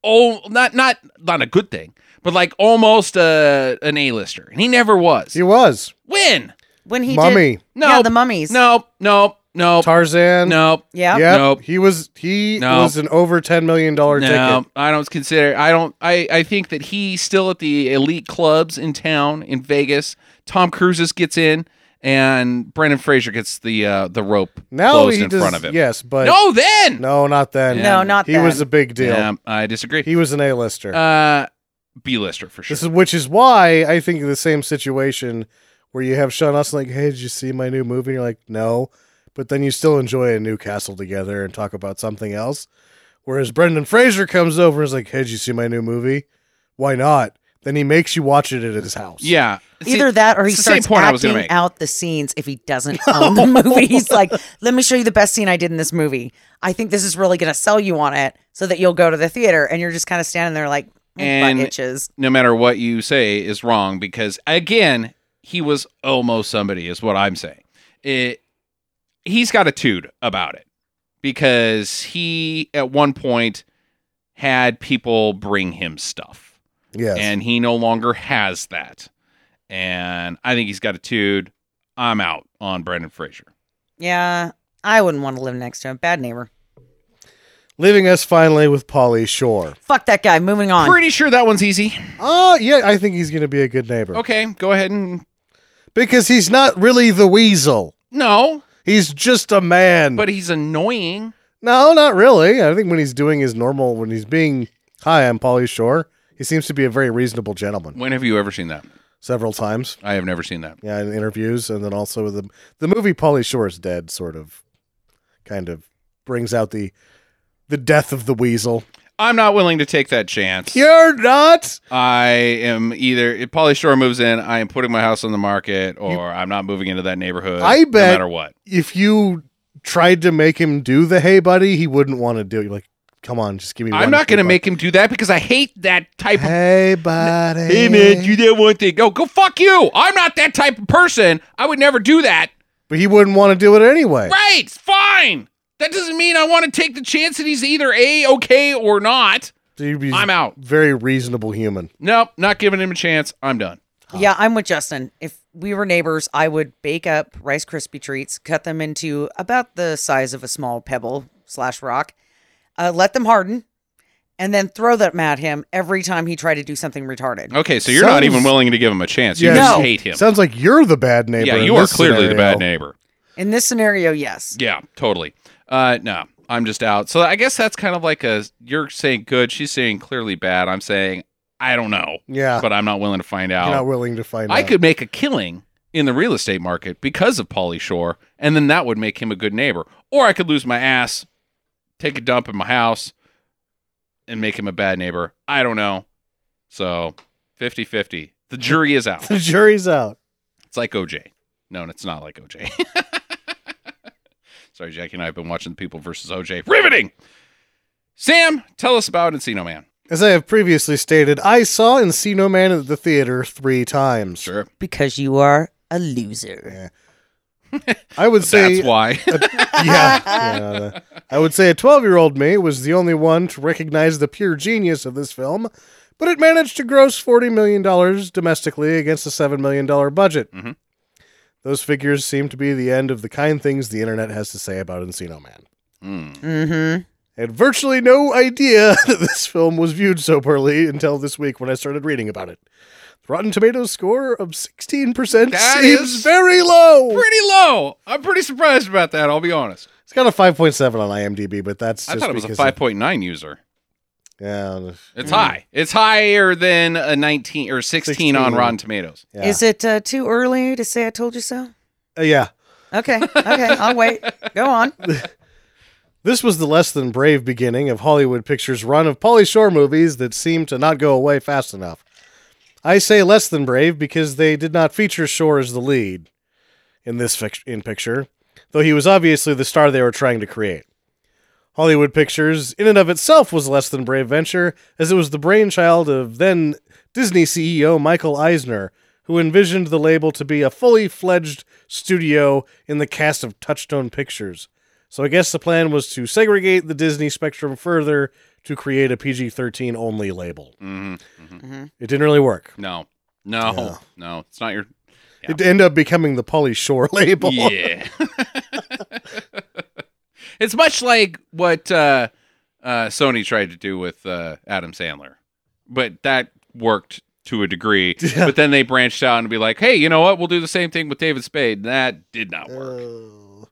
Speaker 2: oh not not not a good thing, but like almost a an A-lister. And he never was.
Speaker 1: He was
Speaker 2: When?
Speaker 3: When he did-
Speaker 1: mummy.
Speaker 2: No.
Speaker 3: yeah, the mummies.
Speaker 2: No, no. no,
Speaker 1: Tarzan.
Speaker 2: no,
Speaker 4: Yeah.
Speaker 1: Yep.
Speaker 2: Nope.
Speaker 1: He was he
Speaker 2: Nope.
Speaker 1: was an over ten million dollar
Speaker 2: no.
Speaker 1: ticket.
Speaker 2: I don't consider. I don't. I I think that he's still at the elite clubs in town in Vegas. Tom Cruise's gets in, and Brendan Fraser gets the uh the rope
Speaker 1: Now
Speaker 2: closed
Speaker 1: he
Speaker 2: in
Speaker 1: does,
Speaker 2: front of him.
Speaker 1: Yes, but
Speaker 2: no, then
Speaker 1: no, not then.
Speaker 2: Yeah.
Speaker 4: No, not
Speaker 1: he
Speaker 4: then.
Speaker 1: was a big deal.
Speaker 2: Yeah, I disagree.
Speaker 1: He was an A lister.
Speaker 2: Uh, B lister for sure.
Speaker 1: This is which is why I think the same situation where you have Sean Austin like, hey, did you see my new movie? And you're like, no, but then you still enjoy a Newcastle together and talk about something else. Whereas Brendan Fraser comes over and is like, hey, did you see my new movie? Why not? Then he makes you watch it at his house.
Speaker 2: yeah, See,
Speaker 4: Either that or he
Speaker 2: it's the same
Speaker 4: starts
Speaker 2: point I was
Speaker 4: acting
Speaker 2: gonna make.
Speaker 4: out the scenes if he doesn't own the movie. He's like, let me show you the best scene I did in this movie. I think this is really going to sell you on it so that you'll go to the theater. And you're just kind of standing there like, and
Speaker 2: And-
Speaker 4: butt itches.
Speaker 2: no matter what you say is wrong because again he was almost somebody is what i'm saying it he's got a toot about it because he at one point had people bring him stuff
Speaker 1: Yes.
Speaker 2: and he no longer has that and i think he's got a toot i'm out on brendan fraser
Speaker 4: Yeah. I wouldn't want to live next to him. Bad neighbor.
Speaker 1: Leaving us finally with Polly Shore.
Speaker 4: Fuck that guy. Moving on.
Speaker 2: pretty sure that one's easy
Speaker 1: Oh, yeah, I think he's going to be a good neighbor.
Speaker 2: okay go ahead and
Speaker 1: Because he's not really the weasel.
Speaker 2: no
Speaker 1: He's just a man.
Speaker 2: but he's annoying
Speaker 1: No, not really. I think when he's doing his normal, when he's being, hi, I'm Polly Shore, he seems to be a very reasonable gentleman
Speaker 2: when have you ever seen that
Speaker 1: several times.
Speaker 2: i have never seen that
Speaker 1: Yeah, in interviews. And then also the, the movie Polly Shore is Dead sort of kind of brings out the the death of the weasel.
Speaker 2: i'm not willing to take that chance
Speaker 1: You're not.
Speaker 2: I am either if Polly Shore moves in, I am putting my house on the market, or I'm not moving into that neighborhood.
Speaker 1: I
Speaker 2: no
Speaker 1: bet-
Speaker 2: matter what.
Speaker 1: If you tried to make him do the hey buddy, he wouldn't want to do it. You're like, come on, just give me
Speaker 2: I'm
Speaker 1: one
Speaker 2: not going to
Speaker 1: good
Speaker 2: make him do that because I hate that type
Speaker 1: one."
Speaker 2: of.
Speaker 1: Hey buddy.
Speaker 2: Hey man, do that one thing. Go go fuck you. I'm not that type of person. I would never do that.
Speaker 1: But he wouldn't want to do it anyway.
Speaker 2: Right? it's Fine. That doesn't mean I want to take the chance that he's either a okay or not.
Speaker 1: So he'd be
Speaker 2: I'm out.
Speaker 1: very reasonable human.
Speaker 2: Nope, not giving him a chance. I'm done.
Speaker 4: Yeah, I'm with Justin. If we were neighbors, I would bake up Rice Krispie treats, cut them into about the size of a small pebble slash rock, uh, let them harden, and then throw them at him every time he tried to do something retarded.
Speaker 2: Okay, so you're
Speaker 1: Sounds-
Speaker 2: not even willing to give him a chance. You
Speaker 1: Yeah.
Speaker 2: just
Speaker 4: No.
Speaker 2: hate him.
Speaker 1: Sounds like you're the bad neighbor.
Speaker 2: yeah,
Speaker 1: in
Speaker 2: you are
Speaker 1: this
Speaker 2: clearly the bad
Speaker 1: scenario.
Speaker 2: neighbor.
Speaker 4: In this scenario, yes.
Speaker 2: Yeah, totally. Uh, no, I'm just out. So I guess that's kind of like a you're saying good, she's saying clearly bad. I'm saying I don't know,
Speaker 1: Yeah,
Speaker 2: but I'm not willing to find
Speaker 1: you're not
Speaker 2: out.
Speaker 1: willing to find
Speaker 2: I
Speaker 1: out.
Speaker 2: could make a killing in the real estate market because of Polly Shore, and then that would make him a good neighbor. Or I could lose my ass, take a dump in my house, and make him a bad neighbor. I don't know. So 50 50. The jury is out.
Speaker 1: The jury's out.
Speaker 2: It's like OJ. No, it's not like OJ. Sorry, Jackie and I have been watching The People versus OJ. Riveting! Sam, tell us about Encino Man.
Speaker 1: As I have previously stated, I saw Encino Man at the theater three times.
Speaker 2: Sure.
Speaker 4: Because you are a loser.
Speaker 1: I would say,
Speaker 2: That's why.
Speaker 1: yeah, yeah, the- I would say a twelve-year-old me was the only one to recognize the pure genius of this film, but it managed to gross forty million dollars domestically against a seven million dollar budget.
Speaker 2: Mhm.
Speaker 1: Those figures seem to be the end of the kind things the internet has to say about Encino Man.
Speaker 2: Mm.
Speaker 4: Mm-hmm.
Speaker 1: I had virtually no idea that this film was viewed so poorly until this week when I started reading about it. The Rotten Tomatoes score of 16%
Speaker 2: That
Speaker 1: seems
Speaker 2: is
Speaker 1: very low.
Speaker 2: Pretty low. I'm pretty surprised about that, I'll be honest.
Speaker 1: It's got a 5.7 on IMDb, but that's
Speaker 2: I
Speaker 1: just
Speaker 2: thought it was a
Speaker 1: because
Speaker 2: 5.9 user.
Speaker 1: Of, yeah,
Speaker 2: It's
Speaker 4: Mm.
Speaker 2: high. It's higher than a 19 or 16, on
Speaker 1: 16.
Speaker 2: Rotten Tomatoes.
Speaker 1: yeah.
Speaker 4: Is it uh, too early to say I told you so?
Speaker 1: Uh, yeah.
Speaker 4: Okay, okay, I'll wait. Go on.
Speaker 1: This was the less than brave beginning of Hollywood Pictures' run of Polly Shore movies that seemed to not go away fast enough. I say less than brave because they did not feature Shore as the lead in this fic- in picture, though he was obviously the star they were trying to create. Hollywood Pictures, in and of itself, was less than brave venture, as it was the brainchild of then Disney CEO Michael Eisner, who envisioned the label to be a fully fledged studio in the cast of Touchstone Pictures. So I guess the plan was to segregate the Disney spectrum further to create a PG 13 only label.
Speaker 2: hmm
Speaker 1: It didn't really work.
Speaker 2: No. No.
Speaker 1: Yeah.
Speaker 2: No. It's not your.
Speaker 1: It ended up becoming the Polly Shore label.
Speaker 2: Yeah. It's much like what uh, uh, Sony tried to do with uh, Adam Sandler, but that worked to a degree.
Speaker 1: Yeah.
Speaker 2: But then they branched out and be like, hey, you know what? We'll do the same thing with David Spade. That did not work.
Speaker 1: Oh.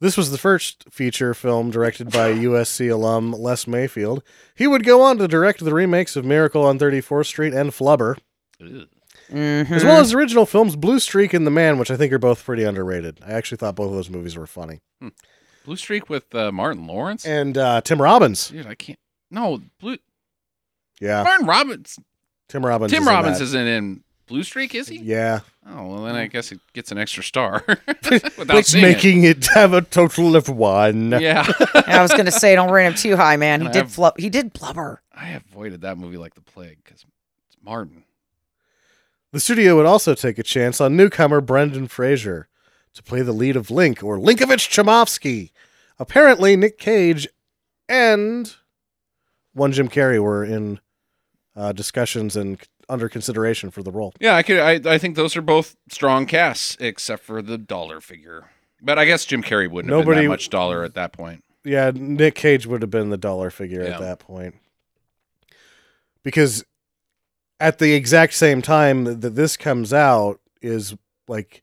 Speaker 1: This was the first feature film directed by USC alum Les Mayfield. He would go on to direct the remakes of Miracle on 34th Street and Flubber,
Speaker 2: Ugh.
Speaker 1: as
Speaker 2: Hmm.
Speaker 1: well as original films Blue Streak and The Man, which I think are both pretty underrated. I actually thought both of those movies were funny.
Speaker 2: Blue Streak with uh, Martin Lawrence?
Speaker 1: And uh, Tim Robbins.
Speaker 2: Dude, I can't. No, Blue
Speaker 1: Yeah,
Speaker 2: Martin Robbins.
Speaker 1: Tim Robbins.
Speaker 2: Tim
Speaker 1: is in
Speaker 2: Robbins
Speaker 1: that.
Speaker 2: isn't in Blue Streak, is he?
Speaker 1: Yeah,
Speaker 2: Oh well, then I guess it gets an extra star. Without
Speaker 1: which
Speaker 2: seeing it.
Speaker 1: making it. have a total of one.
Speaker 2: Yeah,
Speaker 4: I was gonna say, don't rate him too high, man. He
Speaker 2: I
Speaker 4: did
Speaker 2: have-
Speaker 4: flub. He did blubber.
Speaker 2: I avoided that movie like the plague because it's Martin.
Speaker 1: The studio would also take a chance on newcomer Brendan Fraser to play the lead of Link or Linkovich Chomovsky. Apparently, Nick Cage and one Jim Carrey were in uh, discussions and c- under consideration for the role.
Speaker 2: Yeah, I could. I, I think those are both strong casts, except for the dollar figure. But I guess Jim Carrey wouldn't have been
Speaker 1: Nobody-
Speaker 2: that much dollar at that point.
Speaker 1: Yeah, Nick Cage would have been the dollar figure
Speaker 2: Yeah.
Speaker 1: at that point. Because at the exact same time that that this comes out is like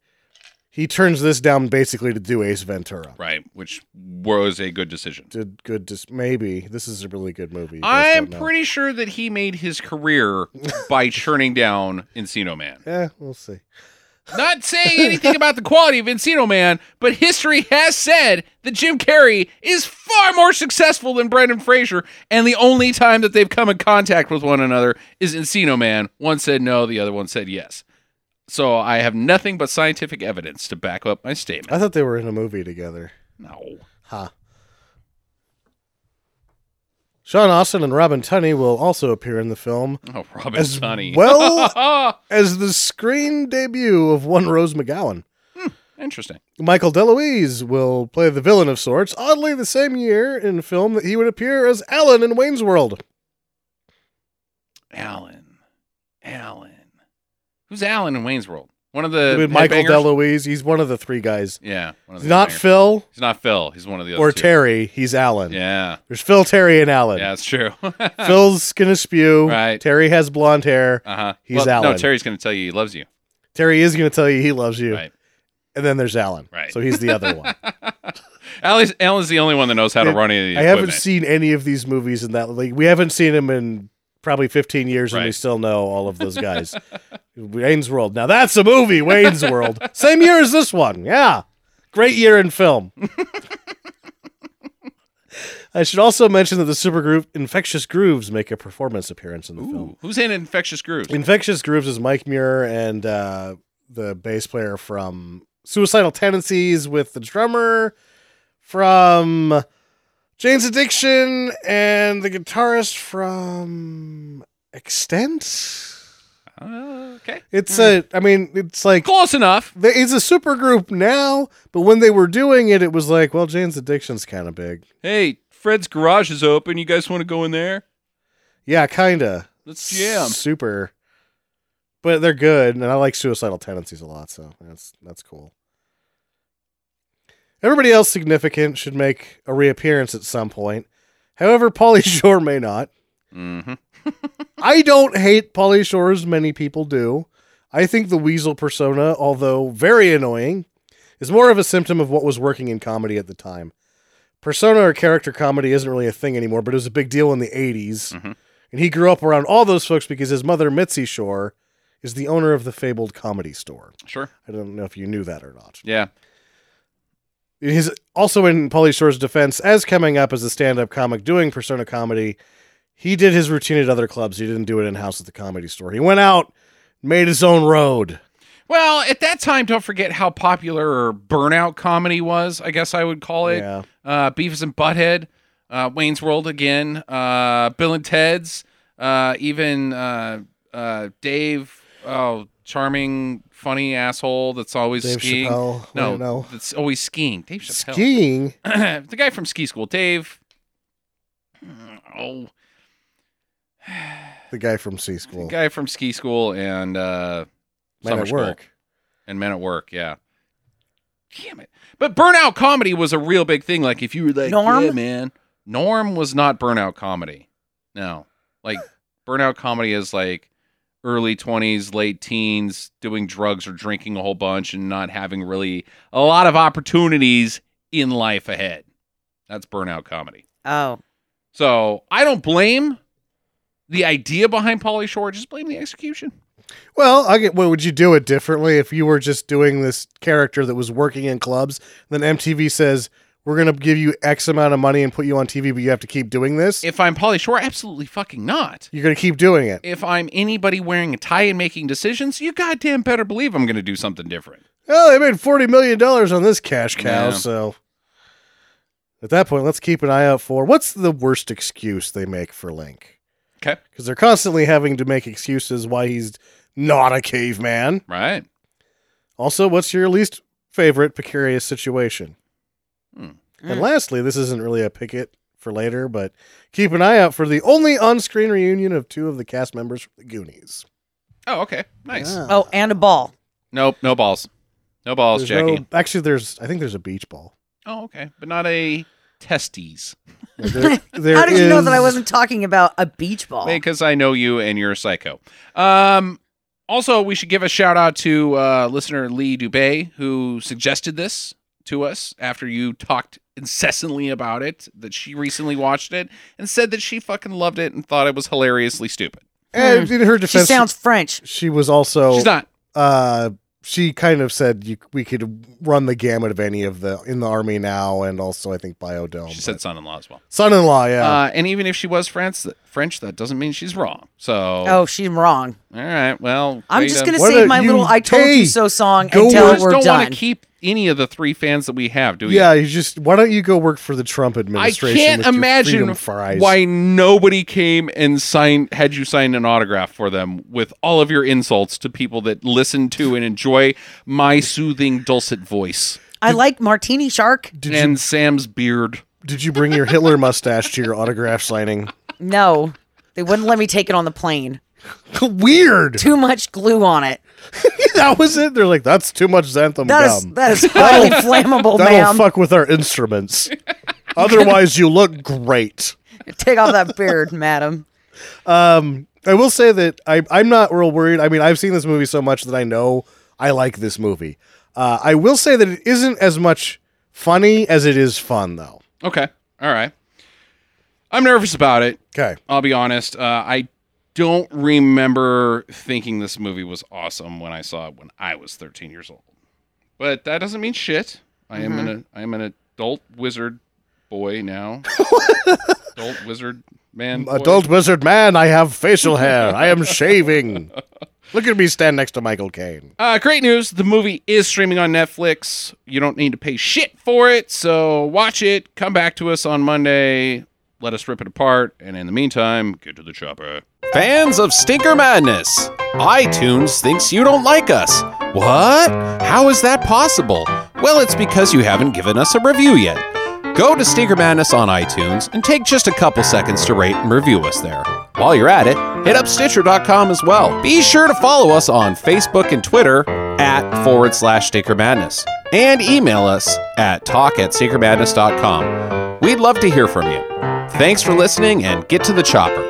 Speaker 1: he turns this down basically to do Ace Ventura.
Speaker 2: Right, which was a good decision.
Speaker 1: did good. Dis- maybe this is a really good movie. You guys
Speaker 2: I'm
Speaker 1: don't know.
Speaker 2: pretty sure that he made his career by churning down Encino Man.
Speaker 1: Yeah, we'll see.
Speaker 2: Not saying anything about the quality of Encino Man, but history has said that Jim Carrey is far more successful than Brendan Fraser, and the only time that they've come in contact with one another is Encino Man. One said no, the other one said yes. So I have nothing but scientific evidence to back up my statement.
Speaker 1: I thought they were in a movie together.
Speaker 2: No.
Speaker 1: Ha. Sean Austin and Robin Tunney will also appear in the film
Speaker 2: Oh, Robin
Speaker 1: As
Speaker 2: Sunny.
Speaker 1: well- as the screen debut of One Rose McGowan.
Speaker 2: Interesting.
Speaker 1: Michael DeLuise will play the villain of sorts, oddly the same year in film that he would appear as Alan in Wayne's World.
Speaker 2: Alan. Alan. Who's Alan in Wayne's World? One of the
Speaker 1: With Michael
Speaker 2: headbangers?
Speaker 1: DeLuise, he's one of the three guys.
Speaker 2: Yeah. One of the
Speaker 1: Not
Speaker 2: headbangers.
Speaker 1: Phil
Speaker 2: He's not Phil. He's one of the other
Speaker 1: or
Speaker 2: two.
Speaker 1: Terry, he's Alan.
Speaker 2: Yeah.
Speaker 1: There's Phil, Terry, and Alan.
Speaker 2: Yeah, that's true. uh
Speaker 1: Phil's gonna spew.
Speaker 2: Right.
Speaker 1: Terry has blonde hair.
Speaker 2: huh.
Speaker 1: He's
Speaker 2: Uh-huh. No,
Speaker 1: Alan.
Speaker 2: Terry's going to tell you he loves you.
Speaker 1: Terry is gonna tell you he loves you.
Speaker 2: Right.
Speaker 1: And then there's Alan.
Speaker 2: Right.
Speaker 1: So he's the other one.
Speaker 2: Alan's, Alan's the only one that knows how to run any of the
Speaker 1: I
Speaker 2: equipment.
Speaker 1: haven't seen any of these movies in that like we haven't seen him in probably 15 years and we
Speaker 2: Right.
Speaker 1: still know all of those guys. Wayne's World. Now that's a movie, Wayne's World. Same year as this one. Yeah. Great year in film. I should also mention that the supergroup Infectious Grooves make a performance appearance in the film.
Speaker 2: Ooh, who's in Infectious Grooves?
Speaker 1: Infectious Grooves is Mike Muir and uh, the bass player from Suicidal Tendencies with the drummer from Jane's Addiction and the guitarist from Extent.
Speaker 2: Uh, okay.
Speaker 1: It's a, I mean, it's like
Speaker 2: Close enough.
Speaker 1: they- it's a super group now, but when they were doing it, it was like, well, Jane's Addiction's kind of big.
Speaker 2: Hey, Fred's garage is open. You guys want to go in there?
Speaker 1: Yeah, kinda.
Speaker 2: Let's jam.
Speaker 1: Super. But they're good, and I like suicidal tendencies a lot, so that's that's cool. Everybody else significant should make a reappearance at some point. However, Polly Shore may not.
Speaker 2: Mm-hmm.
Speaker 1: I don't hate Polly Shore as many people do. I think the Weasel persona, although very annoying, is more of a symptom of what was working in comedy at the time. Persona or character comedy isn't really a thing anymore, but it was a big deal in the 80s.
Speaker 2: Mhm.
Speaker 1: And he grew up around all those folks because his mother, Mitzi Shore, is the owner of the fabled comedy store.
Speaker 2: Sure.
Speaker 1: I don't know if you knew that or not.
Speaker 2: Yeah.
Speaker 1: He's also in Polly Shore's defense as coming up as a stand-up comic doing persona comedy. He did his routine at other clubs. He didn't do it in house at the comedy store. He went out, made his own road.
Speaker 2: Well, at that time, don't forget how popular burnout comedy was, I guess I would call it.
Speaker 1: yeah,
Speaker 2: uh, Beavis and Butthead, uh, Wayne's World again, uh, Bill and Ted's, uh, even uh, uh, Dave, oh, charming, funny asshole that's always
Speaker 1: Dave
Speaker 2: skiing.
Speaker 1: Chappelle.
Speaker 2: No,
Speaker 1: No, no,
Speaker 2: that's always skiing. Dave Chappelle,
Speaker 1: skiing.
Speaker 2: the guy from Ski School, Dave. Oh,
Speaker 1: The guy from C
Speaker 2: the
Speaker 1: School.
Speaker 2: guy from Ski School and uh,
Speaker 1: Man
Speaker 2: Summer
Speaker 1: at
Speaker 2: School
Speaker 1: work.
Speaker 2: and Men at Work. Yeah, damn it. But burnout comedy was a real big thing. Like if you were like
Speaker 4: Norm?
Speaker 2: "Yeah, man, Norm was not burnout comedy. No, like burnout comedy is like early twenties, late teens, doing drugs or drinking a whole bunch and not having really a lot of opportunities in life ahead. That's burnout comedy.
Speaker 4: Oh,
Speaker 2: So I don't blame the idea behind Polly Shore. Just blame the execution.
Speaker 1: Well, I get. Well, would you do it differently if you were just doing this character that was working in clubs? Then MTV says we're gonna give you X amount of money and put you on TV, but you have to keep doing this.
Speaker 2: If I'm Polly Shore, absolutely fucking not.
Speaker 1: You're gonna keep doing it.
Speaker 2: If I'm anybody wearing a tie and making decisions, you goddamn better believe I'm going to do something different.
Speaker 1: Well, they made forty million dollars on this cash cow,
Speaker 2: Yeah.
Speaker 1: so at that point, let's keep an eye out for what's the worst excuse they make for Link.
Speaker 2: 'Kay.
Speaker 1: because they're constantly having to make excuses why he's not a caveman.
Speaker 2: Right?
Speaker 1: Also, what's your least favorite precarious situation?
Speaker 2: Hmm.
Speaker 1: And
Speaker 4: Mm.
Speaker 1: lastly, this isn't really a picket for later, but keep an eye out for the only on-screen reunion of two of the cast members from the Goonies.
Speaker 2: Oh, okay. Nice.
Speaker 1: Ah.
Speaker 4: oh, and a ball.
Speaker 2: Nope. No balls. No balls,
Speaker 1: There's no-
Speaker 2: Jackie.
Speaker 1: actually, there's I think there's a beach ball.
Speaker 2: Oh, okay. But not a testes.
Speaker 1: There, there
Speaker 4: How did you know that I
Speaker 1: is-
Speaker 4: wasn't talking about a beach ball?
Speaker 2: Because I know you and you're a psycho. Um, also, we should give a shout out to uh, listener Lee Dubay, who suggested this to us after you talked incessantly about it, that she recently watched it and said that she fucking loved it and thought it was hilariously stupid.
Speaker 1: And Eh, in her
Speaker 4: she
Speaker 1: defense, she,
Speaker 4: sounds French.
Speaker 1: was also
Speaker 2: Hmm. She's not.
Speaker 1: uh, she kind of said you, we could run the gamut of any of the in the army now, and also I think biodome.
Speaker 2: She
Speaker 1: but-
Speaker 2: said son in law as well.
Speaker 1: son-in-law, Oh yeah.
Speaker 2: Uh, and even if she was French, th- French, that doesn't mean she's wrong. So, all
Speaker 4: Oh, she's wrong.
Speaker 2: right. Well,
Speaker 4: I'm
Speaker 2: way
Speaker 4: just
Speaker 2: to-
Speaker 4: gonna
Speaker 1: What
Speaker 4: save
Speaker 1: are
Speaker 4: my
Speaker 1: you-
Speaker 4: little "I told
Speaker 1: Hey,
Speaker 4: you so" song
Speaker 1: go
Speaker 2: We
Speaker 1: tell
Speaker 4: until
Speaker 2: just
Speaker 4: we're
Speaker 2: don't
Speaker 4: done.
Speaker 2: want to keep any of the three fans that we have, do we?
Speaker 1: yeah, you just why don't you go work for the Trump
Speaker 2: I
Speaker 1: administration?
Speaker 2: can't
Speaker 1: with your
Speaker 2: imagine
Speaker 1: freedom fries?
Speaker 2: why nobody came and signed had you signed an autograph for them with all of your insults to people that listen to and enjoy my soothing dulcet voice
Speaker 4: I like Martini Shark.
Speaker 1: did
Speaker 2: and
Speaker 1: you
Speaker 2: Sam's beard.
Speaker 1: did you bring your Hitler mustache to your autograph signing?
Speaker 4: No, they wouldn't let me take it on the plane.
Speaker 1: Weird.
Speaker 4: Too much glue on it.
Speaker 1: that was it. They're like, that's too much xanthan
Speaker 4: That is
Speaker 1: gum.
Speaker 4: that is highly flammable,
Speaker 1: That'll
Speaker 4: ma'am.
Speaker 1: fuck with our instruments. Otherwise, you look great.
Speaker 4: Take off that beard, madam.
Speaker 1: Um, I will say that I, I'm not real worried. I mean, I've seen this movie so much that I know I like this movie. Uh, I will say that it isn't as much funny as it is fun, though.
Speaker 2: Okay, all right. I'm nervous about it.
Speaker 1: Okay.
Speaker 2: I'll be honest. Uh, I don't remember thinking this movie was awesome when I saw it when I was 13 years old. But that doesn't mean shit. I am an I am an adult wizard boy now. adult wizard man. boy.
Speaker 1: Adult wizard man, I have facial hair. I am shaving. Look at me stand next to Michael Caine.
Speaker 2: Uh, great news! The movie is streaming on Netflix. You don't need to pay shit for it, so watch it. Come back to us on Monday. Let us rip it apart, and in the meantime, get to the chopper.
Speaker 5: Fans of Stinker Madness, iTunes thinks you don't like us. What? How is that possible? Well, it's because you haven't given us a review yet. Go to Stinker Madness on iTunes and take just a couple seconds to rate and review us there. While you're at it, hit up Stitcher.com as well. Be sure to follow us on Facebook and Twitter at forward slash Stinker Madness and email us at talk at stinkermadness.com. We'd love to hear from you. Thanks for listening and get to the chopper.